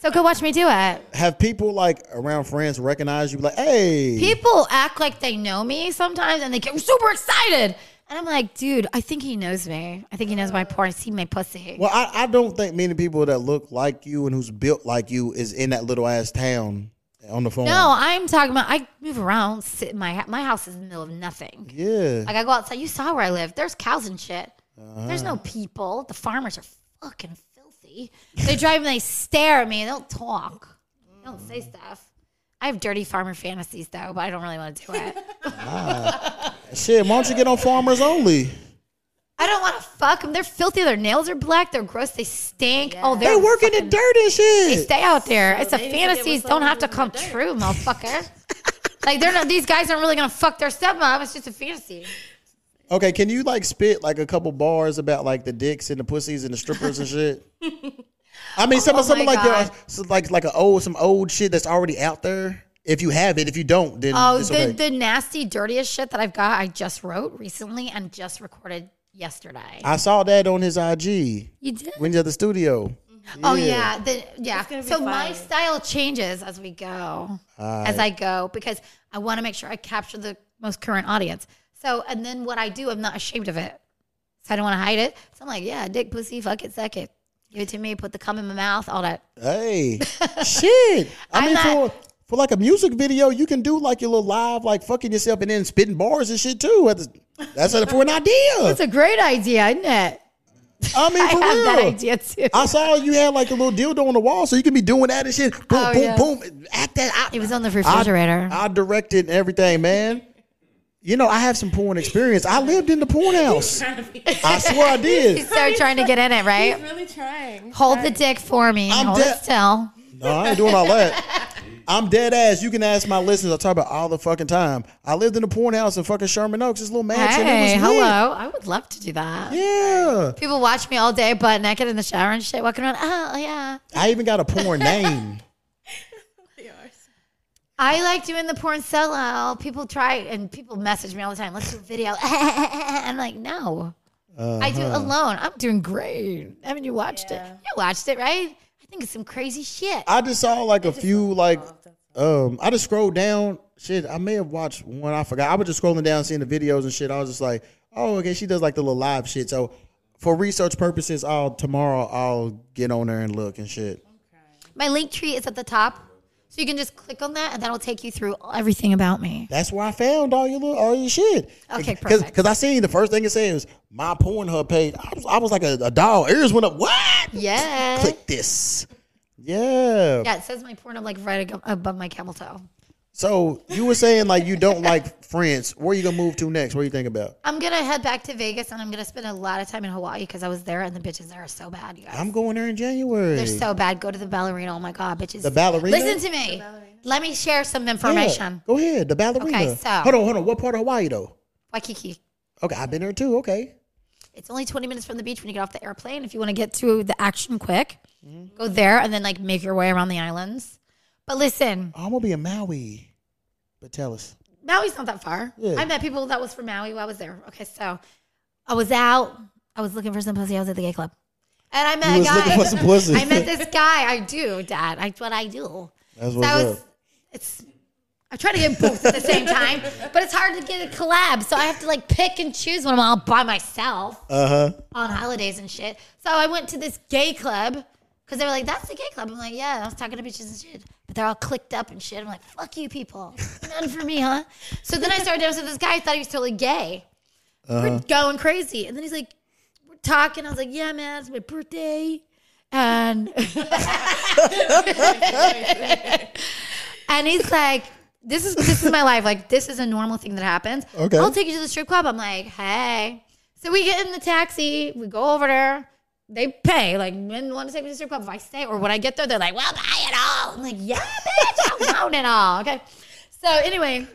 S4: So go watch me do it.
S1: Have people like around friends recognize you? Like, hey,
S4: People act like they know me sometimes and they get super excited. And I'm like, dude, I think he knows me. I think he knows my porn. I see my pussy.
S1: Well, I, I don't think many people that look like you and who's built like you is in that little ass town on the phone.
S4: No, I'm talking about I move around. Sit in my ha- my house is in the middle of nothing.
S1: Yeah.
S4: Like I go outside. You saw where I live. There's cows and shit. There's no people. The farmers are fucking filthy. They drive and they stare at me. They don't talk. They don't say stuff. I have dirty farmer fantasies though, but I don't really want to do it.
S1: Shit, why don't you get on Farmers Only?
S4: I don't want to fuck them. They're filthy. Their nails are black. They're gross. They stink. Oh,
S1: They
S4: they're
S1: work in the dirt and
S4: They
S1: shit.
S4: stay out there. it's a
S3: they need to get with
S4: fantasies. Don't
S3: someone
S4: have to
S3: who's
S4: come
S3: in the dirt.
S4: true, motherfucker. like they're not. These guys aren't really gonna fuck their stepmom. It's just a fantasy.
S1: Okay, can you like spit like a couple bars about like the dicks and the pussies and the strippers and shit? I mean, some
S4: Oh
S1: some
S4: my
S1: like there are
S4: God.
S1: some, like like a old some old shit that's already out there. If you have it, if you don't, then
S4: Oh,
S1: it's
S4: the,
S1: okay.
S4: the nasty, dirtiest shit that I've got, I just wrote recently and just recorded yesterday.
S1: I saw that on his IG
S4: you did?
S1: when you're at the studio.
S4: Oh yeah, the, yeah.
S3: gonna be
S4: So my
S3: fire.
S4: style changes as we go, as I go, because I want to make sure I capture the most current audience. So, and then what I do, I'm not ashamed of it, so I don't want to hide it. So I'm like, yeah, dick, pussy, fuck it, suck it, give it to me, put the cum in my mouth, all that.
S1: Hey, shit. I
S4: I'm
S1: mean, for
S4: not-
S1: for like a music video, you can do like your little live, like fucking yourself, and then spitting bars and shit too. That's that's a, for an idea.
S4: That's a great idea, isn't it?
S1: I mean,
S4: I
S1: for
S4: have
S1: real.
S4: that idea too.
S1: I saw you had like a little dildo on the wall, so you can be doing that and shit. Boom,
S4: Oh,
S1: boom,
S4: yeah.
S1: boom. Act that.
S4: it was
S1: I,
S4: on the
S1: I,
S4: refrigerator.
S1: I directed and everything, man. You know, I have some porn experience. I lived in the porn house. I swear I did.
S4: He's so trying to get in it,
S3: He's
S4: right?
S3: really trying.
S4: Hold the dick for me.
S1: I'm
S4: Hold
S1: de-
S4: it still.
S1: No, I ain't doing all that. I'm dead ass. You can ask my listeners. I talk about all the fucking time. I lived in a porn house in fucking Sherman Oaks. This little mansion.
S4: Hey,
S1: it was
S4: hello.
S1: lit.
S4: I would love to do that.
S1: Yeah.
S4: People watch me all day butt naked in the shower and shit, walking around. Oh yeah.
S1: I even got a porn name.
S4: I like doing the porn sellout. People try and people message me all the time. Let's do a video. I'm like, no. I do it alone. I'm doing great. Haven't you watched it? You watched it, right? I think it's some crazy shit.
S1: I just saw like a few like um I just scrolled down. Shit, I may have watched one, I forgot. I was just scrolling down seeing the videos and shit. I was just like, oh okay, she does like the little live shit. So for research purposes, I'll tomorrow I'll get on there and look and shit.
S4: My link tree is at the top. So you can just click on that and that'll take you through everything about me.
S1: That's where I found all your little, all your shit.
S4: Okay, perfect.
S1: Because I seen the first thing it said was my Pornhub page. I was, I was like a, a dog. Ears went up. What?
S4: Yeah.
S1: Click this. Yeah.
S4: Yeah, it says my porn. I'm like right ag- above my camel toe.
S1: So you were saying like you don't like France. Where you gonna move to next? What you think about?
S4: I'm gonna head back to Vegas and I'm gonna spend a lot of time in Hawaii because I was there and the bitches there are so bad, you guys.
S1: I'm going there in January.
S4: They're so bad. Go to the ballerina. Oh my god, bitches.
S1: The ballerina?
S4: Listen to me. Let me share some
S1: Yeah.
S4: information.
S1: Go ahead. The ballerina.
S4: Okay, so-
S1: hold on, hold on. What part of Hawaii though?
S4: Waikiki.
S1: Okay, I've been there too. Okay.
S4: It's only 20 minutes from the beach when you get off the airplane. If you want to get to the action quick,
S1: Mm-hmm.
S4: go there and then like make your way around the islands. But listen,
S1: I'm gonna be in Maui. But tell us.
S4: Maui's not that far.
S1: Yeah.
S4: I met people that was from Maui while I was there. Okay, so I was out. I was looking for some pussy. I was at the gay club. And I met
S1: You
S4: a
S1: was
S4: guy.
S1: looking for some pussy.
S4: I met this guy. I do, Dad. That's what I do.
S1: That's
S4: So I
S1: what's
S4: was,
S1: up.
S4: it's, I try to get both at the same time, but it's hard to get a collab. So I have to like pick and choose when I'm all by myself
S1: Uh huh.
S4: on holidays and shit. So I went to this gay club. Because they were like, that's the gay club. I'm like, yeah, I was talking to bitches and shit. But they're all clicked up and shit. I'm like, fuck you people. None for me, huh? So then I started dancing with this guy. I thought he was totally gay.
S1: Uh-huh.
S4: We're going crazy. And then he's like, we're talking. I was like, yeah, man, it's my birthday. And and he's like, this is this is my life. Like, this is a normal thing that happens.
S1: Okay.
S4: I'll take you to the strip club. I'm like, hey. So we get in the taxi. We go over there. They pay. Like, men want to take me to the strip club. If I stay or when I get there, they're like, well, buy it all. I'm like, yeah, bitch, I want it all. Okay. So anyway,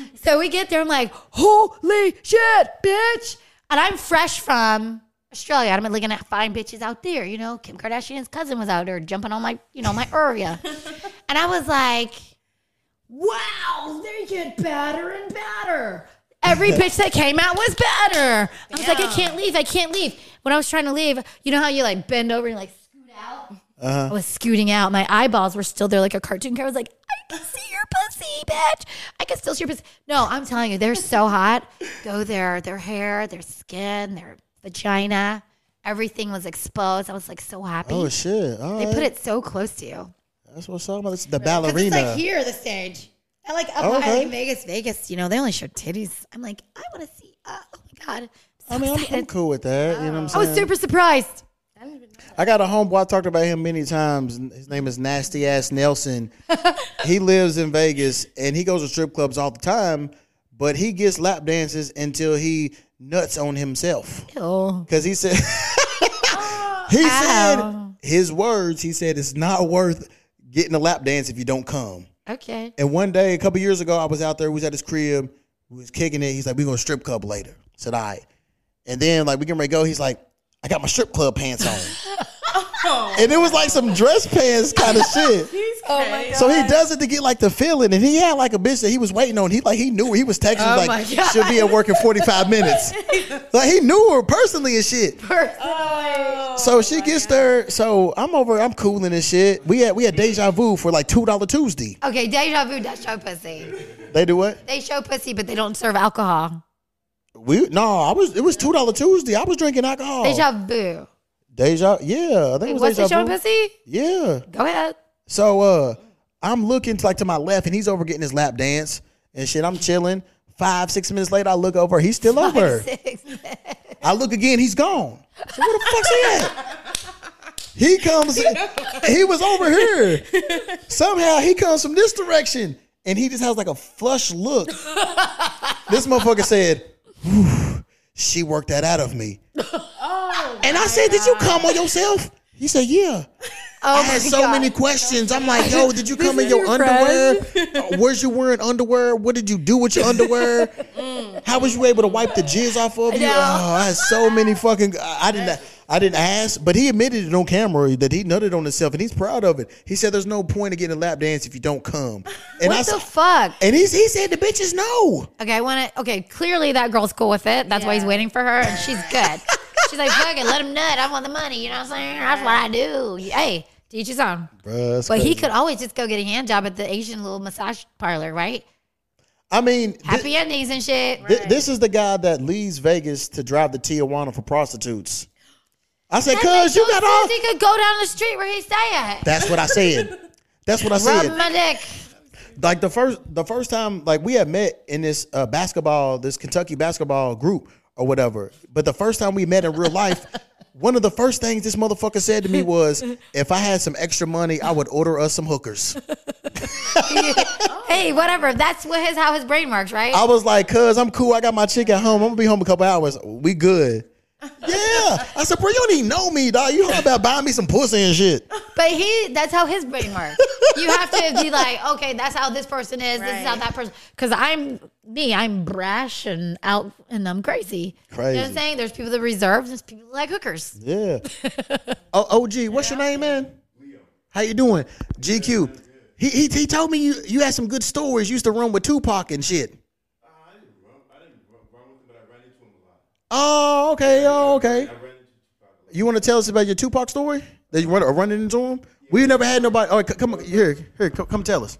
S4: so we get there. I'm like, holy shit, bitch. And I'm fresh from Australia. I'm looking at fine bitches out there. You know, Kim Kardashian's cousin was out there jumping on my, you know, my area. and I was like, wow, they get better and better. Every bitch that came out was better. I was like, I can't leave. I can't leave. When I was trying to leave, you know how you like bend over and like scoot out? I was scooting out. My eyeballs were still there like a cartoon character. I was like, I can see your pussy, bitch. I can still see your pussy. No, I'm telling you, they're so hot. Go there. Their hair, their skin, their vagina, everything was exposed. I was like so happy.
S1: Oh shit! All
S4: they
S1: right.
S4: put it so close to you.
S1: That's what's talking about. It's the
S4: 'Cause
S1: ballerina.
S4: It's like here, the stage. I like up
S1: Oh, Okay.
S4: high in Vegas, Vegas. You know, they only show titties. I'm like, I want to see. Uh, oh my god!
S1: I mean, I'm, I'm cool with that. You know what I'm
S4: I
S1: saying?
S4: was super surprised.
S1: I got a homeboy. I talked about him many times. and His name is Nasty Ass Nelson. he lives in Vegas and he goes to strip clubs all the time, but he gets lap dances until he nuts on himself.
S4: Oh,
S1: Because he said, he
S4: Ow.
S1: said his words. He said it's not worth getting a lap dance if you don't come.
S4: okay.
S1: And one day, a couple years ago, I was out there. We was at his crib. We was kicking it. He's like, "We going to strip club later." I said, "All right." And then, like, we getting ready to go. He's like, "I got my strip club pants on," and it was like some dress pants kind of shit.
S3: Oh my
S1: So he does it to get like the feeling, and he had like a bitch that he was waiting on. He like he knew her. He was texting
S4: Oh my
S1: like
S4: God.
S1: she'll be at work in forty five minutes. like he knew her personally and shit.
S4: Oh,
S1: So she gets there. So I'm over. I'm cooling and shit. We had we had deja vu for like two dollar Tuesday.
S4: Okay, deja vu does show pussy.
S1: They do what?
S4: They show pussy, but they don't serve alcohol.
S1: We no, I was it was two dollar Tuesday. I was drinking alcohol.
S4: Deja vu.
S1: Deja- yeah, I think Oh. it was
S4: What's they
S1: deja
S4: showing
S1: vu.
S4: pussy?
S1: Yeah.
S4: Go ahead.
S1: So uh I'm looking to, like to my left and he's over getting his lap dance and shit. I'm chilling. Five, six minutes later, I look over. He's still over. I look again, he's gone. So where the fuck's he at? He comes he was over here. Somehow he comes from this direction and he just has like a flush look. this motherfucker said, "Whew, she worked that out of me. and I said, Did you come on yourself? He said, Yeah. I had so many questions. I'm like, yo, did you come in your, underwear? Uh, Where's you wearing underwear? What did you do with your underwear? How was you able to wipe the jizz off of you?
S4: know.
S1: Oh, I had so many fucking. I I didn't. I didn't ask, but he admitted it on camera that he nutted on himself, and he's proud of it. He said, "There's no point in getting a lap dance if you don't come." And I
S4: What
S1: s-
S4: the fuck?
S1: and he's, he said the bitches no.
S4: Okay, I want to. Okay, clearly that girl's cool with it. That's why he's waiting for her, and she's good. she's like, fuck it, let him nut. I want the money. You know what I'm saying? That's what I do. Hey, teach his own. But he could always just go get a hand job at the Asian little massage parlor, right?
S1: I mean, thi-
S4: Happy endings and shit.
S1: thi- this is the guy that leaves Vegas to drive the Tijuana for prostitutes. I said, "Cuz you got all."
S4: He could go down the street where he stay at.
S1: That's what I said. That's what I said.
S4: Rub my dick.
S1: like the first the first time like we had met in this uh, basketball this Kentucky basketball group or whatever. But the first time we met in real life, one of the first things this motherfucker said to me was, "If I had some extra money, I would order us some hookers."
S4: Hey, whatever. That's what his how his brain works, right?
S1: I was like, "Cuz I'm cool. I got my chick at home. I'm gonna be home in a couple hours. We good." Yeah, I said, bro, you don't even know me, dog. You talking about buying me some pussy and shit.
S4: But he, that's how his brain works. you have to be like, okay, that's how this person is. This is how that person. Because I'm me, I'm brash and out, and I'm crazy. You know what
S1: Crazy.
S4: I'm saying? There's people that are reserved. There's people that like hookers.
S1: Yeah. oh, OG, what's your name, man? How you doing? GQ. He, he he told me you you had some good stories. You used to run with Tupac and shit. Oh, okay. Oh, okay. You want to tell us about your Tupac story? That you run, or running into him? We never had nobody. All right, c- come on, here, here, come, come tell us.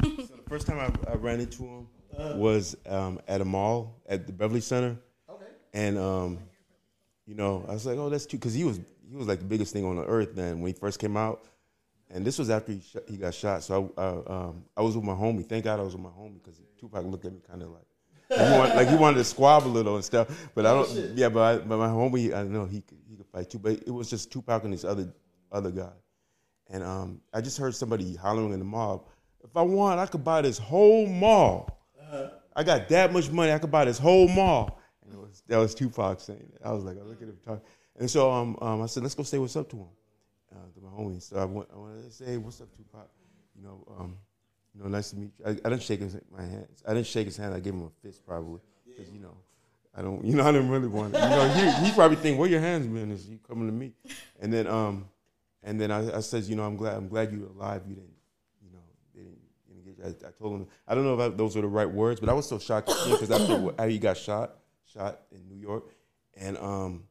S7: The first time I, I ran into him was um, at a mall at the Beverly Center. Okay. And um, you know, I was like, "Oh, that's cute," because he was he was like the biggest thing on the earth then when he first came out. And this was after he, shot, he got shot. So I, I, um, I was with my homie. Thank God I was with my homie because Tupac looked at me kind of like, like, he wanted, like he wanted to squab a little and stuff. But I don't. yeah, but, I, but my homie, I know he could, he could fight too. But it was just Tupac and this other other guy. And um, I just heard somebody hollering in the mob. If I want, I could buy this whole mall. I got that much money, I could buy this whole mall. And it was, that was Tupac saying it. I was like, I look at him talking. And so um, um, I said, let's go say what's up to him, uh, to my homie. So I went, I wanted to say, "Hey, what's up, Tupac? You know, um, you know, nice to meet you. I, I didn't shake his my hand. I didn't shake his hand. I gave him a fist probably, because you know, I don't, you know, I didn't really want. It. You know, he, he probably think, where your hands been? Is you coming to me? And then um, and then I, I says, you know, I'm glad, I'm glad you're alive. You didn't you know, they didn't, didn't get you. I, I told him, I don't know if I, those were the right words, but I was so shocked because after what- how he got shot, shot in New York, and um,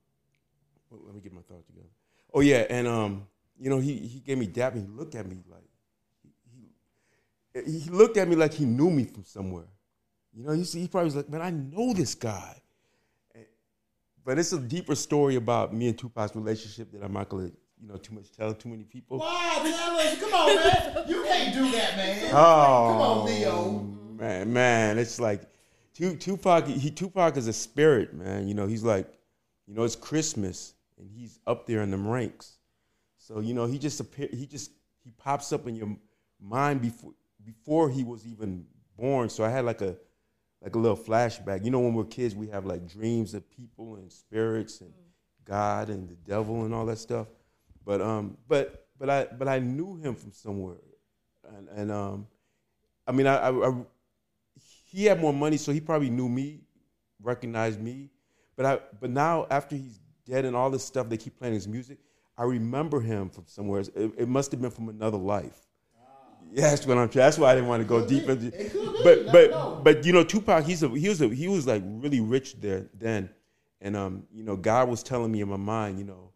S7: well, let me get my thoughts together. Oh yeah, and um, you know, he he gave me dap and he looked at me like he, he looked at me like he knew me from somewhere. You know, you see, he probably was like, man, I know this guy. And- But it's a deeper story about me and Tupac's relationship that I'm not gonna, you know, too much tell too many people.
S8: Why, Dallas? Ah, Come on, man. You can't do that, man.
S7: Oh,
S8: Come on, Leo.
S7: Man, man, it's like Tu- Tupac. He Tupac is a spirit, man. You know, he's like, you know, it's Christmas and he's up there in them ranks. So you know, he just appear, he just he pops up in your mind before before he was even born. So I had like a like a little flashback. You know, when we're kids, we have like dreams of people and spirits and God and the devil and all that stuff. But um, but but I but I knew him from somewhere, and, and um, I mean, I, I, I- he had more money, so he probably knew me, recognized me. But I, but now after he's dead and all this stuff, they keep playing his music. I remember him from somewhere. It, it must have been from another life. Yeah, that's what I'm. That's why I didn't want to go deep into. But but but you know, Tupac, he's a he was a he was like really rich there then, and um, you know, God was telling me in my mind, you know,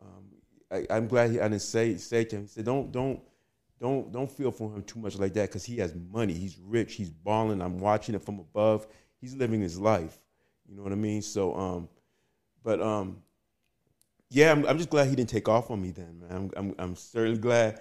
S7: um, I, I'm glad he, I didn't say say to him. He said, don't don't don't don't feel for him too much like that because he has money. He's rich. He's balling. I'm watching it from above. He's living his life. You know what I mean? So um, but um, yeah, I'm, I'm just glad he didn't take off on me then, man. I'm I'm, I'm certainly glad.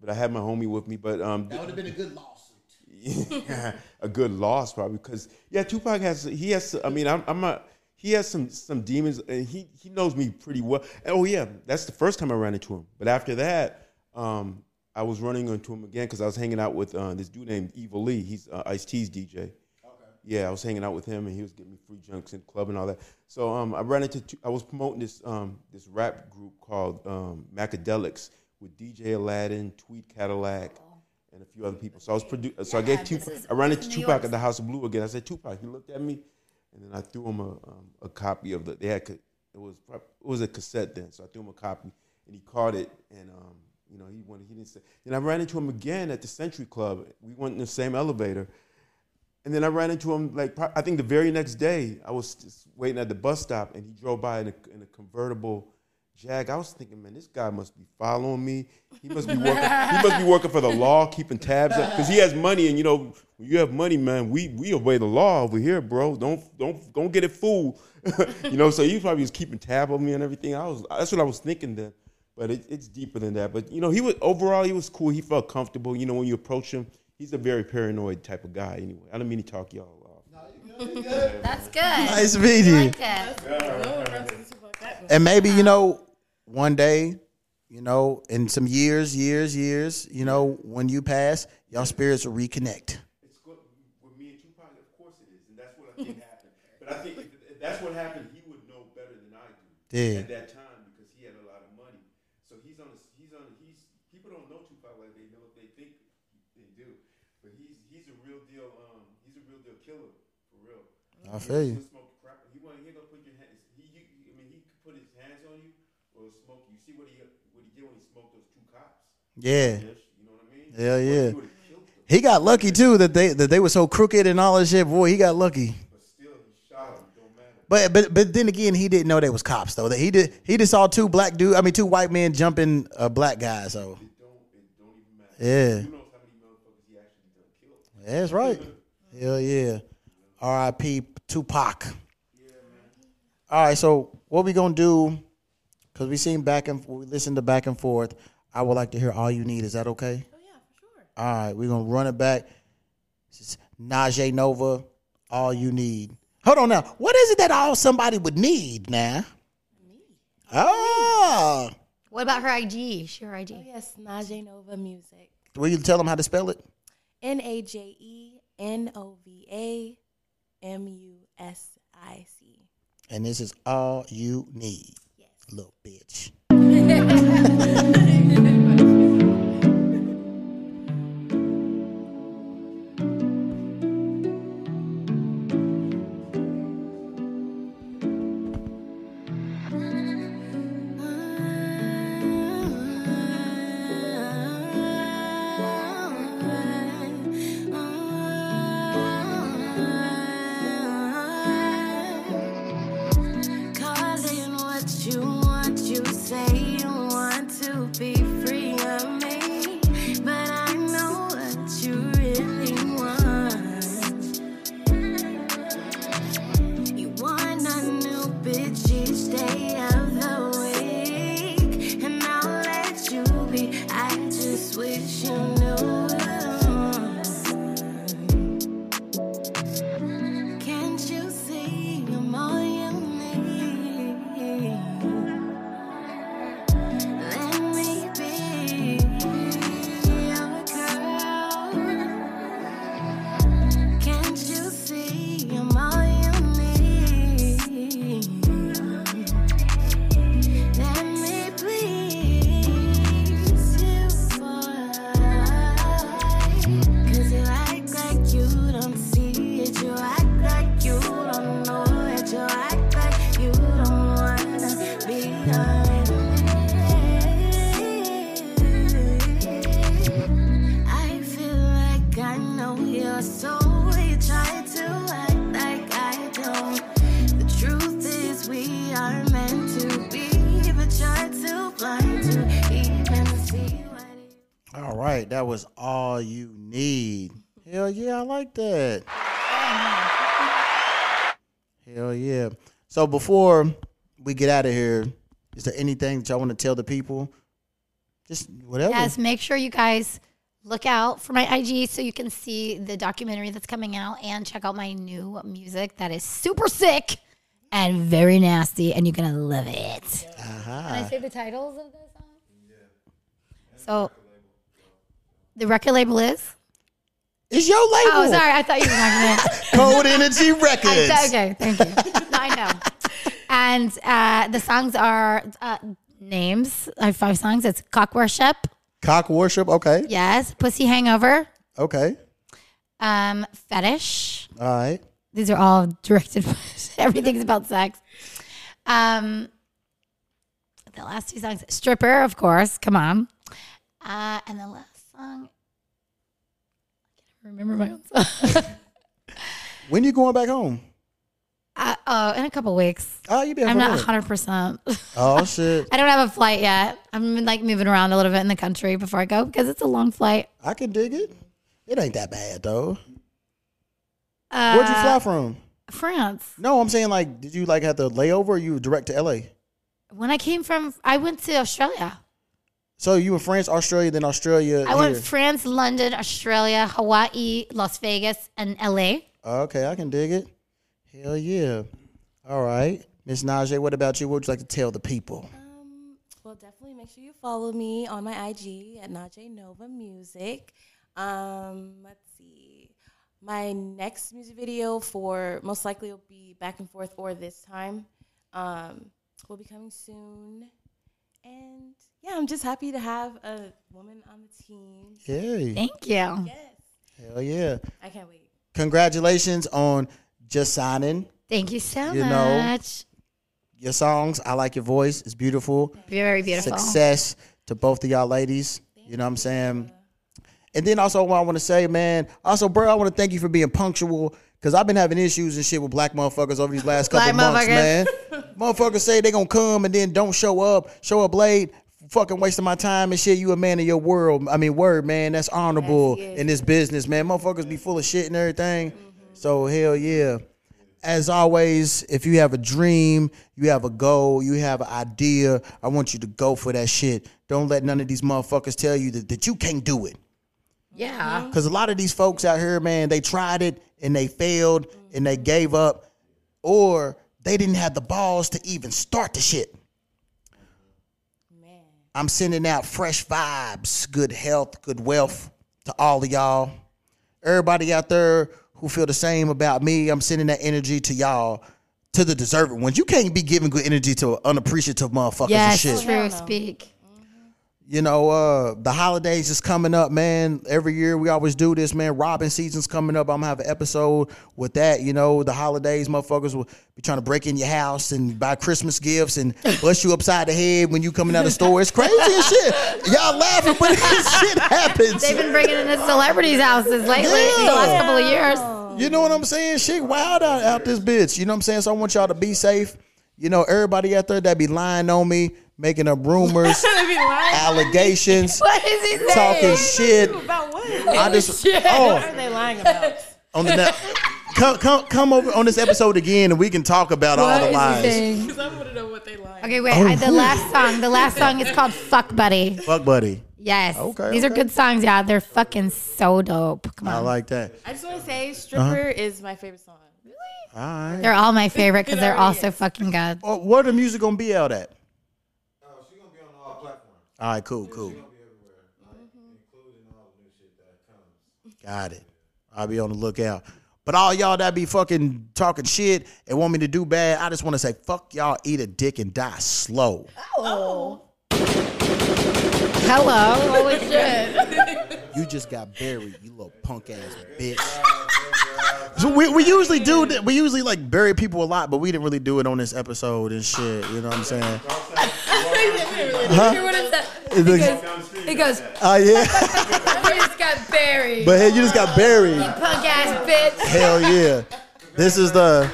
S7: But I had my homie with me. But um,
S8: That would have been a good lawsuit.
S7: a good loss probably because yeah, Tupac has he has I mean I'm I'm not he has some some demons and he he knows me pretty well. And, oh yeah, that's the first time I ran into him. But after that, um, I was running into him again because I was hanging out with uh, this dude named Evil Lee. He's uh, Ice T's DJ. Yeah, I was hanging out with him, and he was getting me free junks in the club and all that. So um, I ran into two, I was promoting this um, this rap group called um, Macadelics with DJ Aladdin, Tweed Cadillac, and a few other people. So I was produ- so I gave Tupac. I ran into Tupac at the House of Blue again. I said Tupac. He looked at me, and then I threw him a, um, a copy of the. They had ca- it was prob- it was a cassette then, so I threw him a copy, and he caught it, and um, you know he wanted he didn't say. And I ran into him again at the Century Club. We went in the same elevator. And then I ran into him like pro- I think the very next day. I was just waiting at the bus stop, and he drove by in a, in a convertible Jag. I was thinking, man, this guy must be following me. He must be working. he must be working for the law, keeping tabs because he has money. And you know, when you have money, man, we we obey the law over here, bro. Don't don't don't get it fooled. you know, so he probably was keeping tab on me and everything. I was that's what I was thinking then. But it, it's deeper than that. But you know, he was overall he was cool. He felt comfortable. You know, when you approach him, he's a very paranoid type of guy. Anyway, I don't mean to talk y'all off.
S4: That's good.
S1: Nice meeting you.
S4: Like that.
S1: and maybe you know one day you know in some years years years you know when you pass y'all spirits will reconnect
S7: It's good with me and Tupac. Of course it is, and that's what I think happened. But I think if, if that's what happened, he would know better than I do
S1: Yeah.
S7: at that time because he had a lot of money. So he's on. The, he's on. He's people don't know Tupac like they know they think they do. But he's he's a real deal. Um, he's a real deal killer for real.
S1: I feel you.
S7: He'll smoke crap. He want he gonna put your hands. He, you, I mean, he could put his hands on you or smoke you. You see what he what he did when he smoked those two cops.
S1: yeah
S7: You know what I mean?
S1: Hell yeah.
S7: He would have killed them,
S1: he got lucky too that they that they were so crooked and all that shit boy he got lucky
S7: but still he shot him. Don't matter.
S1: but but but then again he didn't know they was cops though that he did he just saw two black dude i mean two white men jumping a black guy so yeah
S7: knows how many motherfuckers he actually done killed.
S1: that's right hell yeah r.i.p tupac all right so what we gonna do because we seen back and we listened to back and forth. I would like to hear all you need. Is that okay?
S9: Oh yeah, for sure.
S1: All right, we're gonna run it back. This is Najee Nova, all you need. Hold on now. What is it that all somebody would need now? Oh,
S4: What about her IG? She her IG.
S9: Oh, Yes, Najee Nova Music.
S1: will you tell them how to spell it?
S9: N A J E N O V A M U S I C.
S1: And this is all you need, little bitch.
S3: Causing what you want, you say you want to be free of me. But I know what you really want. You want a new bitch each day of the week. And I'll let you be. I just wish you knew. Can't you see I'm all you need? Let me be your girl. Can't you see I'm all you need? Let me please you for life. 'Cause you act like you don't see it, you act like you don't know it, you act like you don't wanna be honest. I feel like I know your soul. We try to act like I don't. The truth is we are meant to be, but you're too blind to even see what it is.
S1: All right, that was all you need. Hell yeah, I like that. Hell yeah. So before we get out of here, is there anything that y'all want to tell the people? Just whatever.
S4: Yes, make sure you guys look out for my IG so you can see the documentary that's coming out and check out my new music that is super sick and very nasty, and you're gonna love it. Can I say the titles of those songs? Yeah. So the record label is.
S1: It's your label.
S4: Oh, sorry, I thought you were talking about.
S1: Code Energy Records.
S4: I, okay, thank you. No, I know. And uh, the songs are uh, names. I have five songs. It's Cock Worship.
S1: Cock worship. Okay.
S4: Yes, Pussy Hangover.
S1: Okay.
S4: um, fetish.
S1: All right.
S4: These are all directed. everything's about sex. Um, the last two songs, stripper, of course. Come on, uh, and the last song. I can't remember my own song.
S1: When you going back home?
S4: uh, oh, in a couple weeks.
S1: Oh, you been
S4: I'm
S1: for
S4: not
S1: real.
S4: 100. percent I
S1: Oh shit.
S4: don't have a flight yet. I'm like moving around a little bit in the country before I go because it's a long flight.
S1: I can dig it. It ain't that bad though.
S4: Uh,
S1: Where'd you fly from?
S4: France.
S1: No, I'm saying like, did you like have to lay over? Or you were direct to LA.
S4: When I came from, I went to Australia.
S1: So you in France, Australia, then Australia.
S4: I went
S1: here.
S4: France, London, Australia, Hawaii, Las Vegas, and LA.
S1: Oh, okay, I can dig it. Hell yeah. All right, Miss Najee, what about you? What would you like to tell the people?
S9: Um, well, definitely make sure you follow me on my IG at Najee Nova Music. Um, let's see. My next music video for most likely will be Back and Forth or This Time. Um, will be coming soon. And yeah, I'm just happy to have a woman on the team.
S1: Yay.
S4: Thank you.
S9: Yes,
S1: Hell yeah.
S9: I can't wait.
S1: Congratulations on just signing
S4: Thank you so
S1: You know,
S4: much.
S1: your songs. I like your voice. It's beautiful.
S4: Very beautiful.
S1: success to both of y'all ladies. You know what I'm saying? And then also what I want to say, man, also bro, I want to thank you for being punctual because I've been having issues and shit with black motherfuckers over these last couple
S4: Black
S1: months, man.
S4: motherfuckers.
S1: motherfuckers say they gonna come and then don't show up, show up late, fucking wasting my time and shit. You a man of your world, I mean word, man. That's
S4: Mm-hmm.
S1: honorable in this business, man. Motherfuckers be full of shit and everything. So hell yeah. as always, if you have a dream, you have a goal, you have an idea, I want you to go for that shit. Don't let none of these motherfuckers tell you that, that you can't do it.
S4: Yeah.
S1: Because a lot of these folks out here, man, they tried it and they failed and they gave up or they didn't have the balls to even start the shit. I'm sending out fresh vibes, good health, good wealth to all of y'all. Everybody out there who feel the same about me, I'm sending that energy to y'all, to the deserving ones. You can't be giving good energy to unappreciative motherfuckers
S4: Yes,
S1: and shit
S4: true. Speak.
S1: you know, uh, the holidays is coming up, man. Every year we always do this, man. Robin season's coming up. I'm gonna have an episode with that. You know, the holidays, motherfuckers will be trying to break in your house and buy Christmas gifts and bust you upside the head when you coming out of the store. It's crazy as shit. Y'all laughing, but this shit happens.
S4: They've been bringing in the celebrities' houses lately, the last couple of years.
S1: You know what I'm saying? Shit wild out, out this bitch. You know what I'm saying? So I want y'all to be safe. You know, everybody out there that be lying on me, making up rumors, allegations,
S4: What is he saying?
S1: talking shit.
S3: About what?
S1: I just oh,
S3: What are they lying about?
S1: on the net. come come come over on this episode again and we can talk about all the lies.
S3: Because I want to know what they lying.
S4: Okay, wait.
S1: Oh.
S4: I, the last song. The last song is called "Fuck Buddy."
S1: Fuck buddy.
S4: Yes.
S1: Okay,
S4: These are
S1: okay.
S4: good songs. Yeah, they're fucking so dope. Come
S1: I
S4: on.
S1: like that.
S3: I just want to say, stripper is my favorite song.
S1: All right.
S4: they're all my favorite because they're all so fucking good.
S1: Oh, where the music gonna be out at? All right, cool, cool.
S3: Mm-hmm.
S1: Got it. I'll be on the lookout. But all y'all that be fucking talking shit and want me to do bad, I just want to say, fuck y'all, eat a dick and die slow.
S4: Hello. Holy shit.
S1: You just got buried, you little punk ass bitch. So we, we usually do that. We usually like bury people a lot, but we didn't really do it on this episode and shit. You know what I'm saying? It looks-
S4: He goes,
S1: Oh yeah.
S4: "You just got buried,
S1: But hey, you just got buried.
S4: punk ass bitch."
S1: Hell yeah. This is the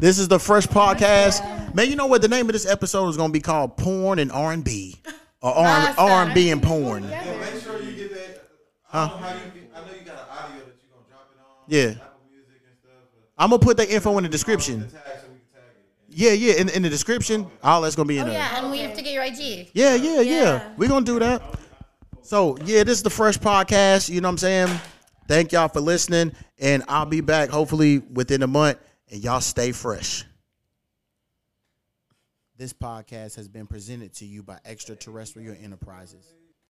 S1: this is the fresh podcast. Man, you know what? The name of this episode is gonna be called Porn and R and B. Or R
S4: Awesome.
S1: and B and porn.
S8: Make sure you get that. uh, I don't know how you. I know you got an audio that you gonna drop it on.
S1: Yeah.
S8: Apple Music and stuff. But
S1: I'm gonna put that info in the description.
S8: tag so we can tag it.
S1: Yeah, yeah, in, in the description. All that's gonna be in there.
S4: Oh, Yeah, and we have to get your ID.
S1: Yeah, yeah, yeah. We're going to do that. So, yeah, this is the Fresh Podcast. You know what I'm saying? Thank y'all for listening. And I'll be back hopefully within a month. And y'all stay fresh. This podcast has been presented to you by Extraterrestrial Enterprises.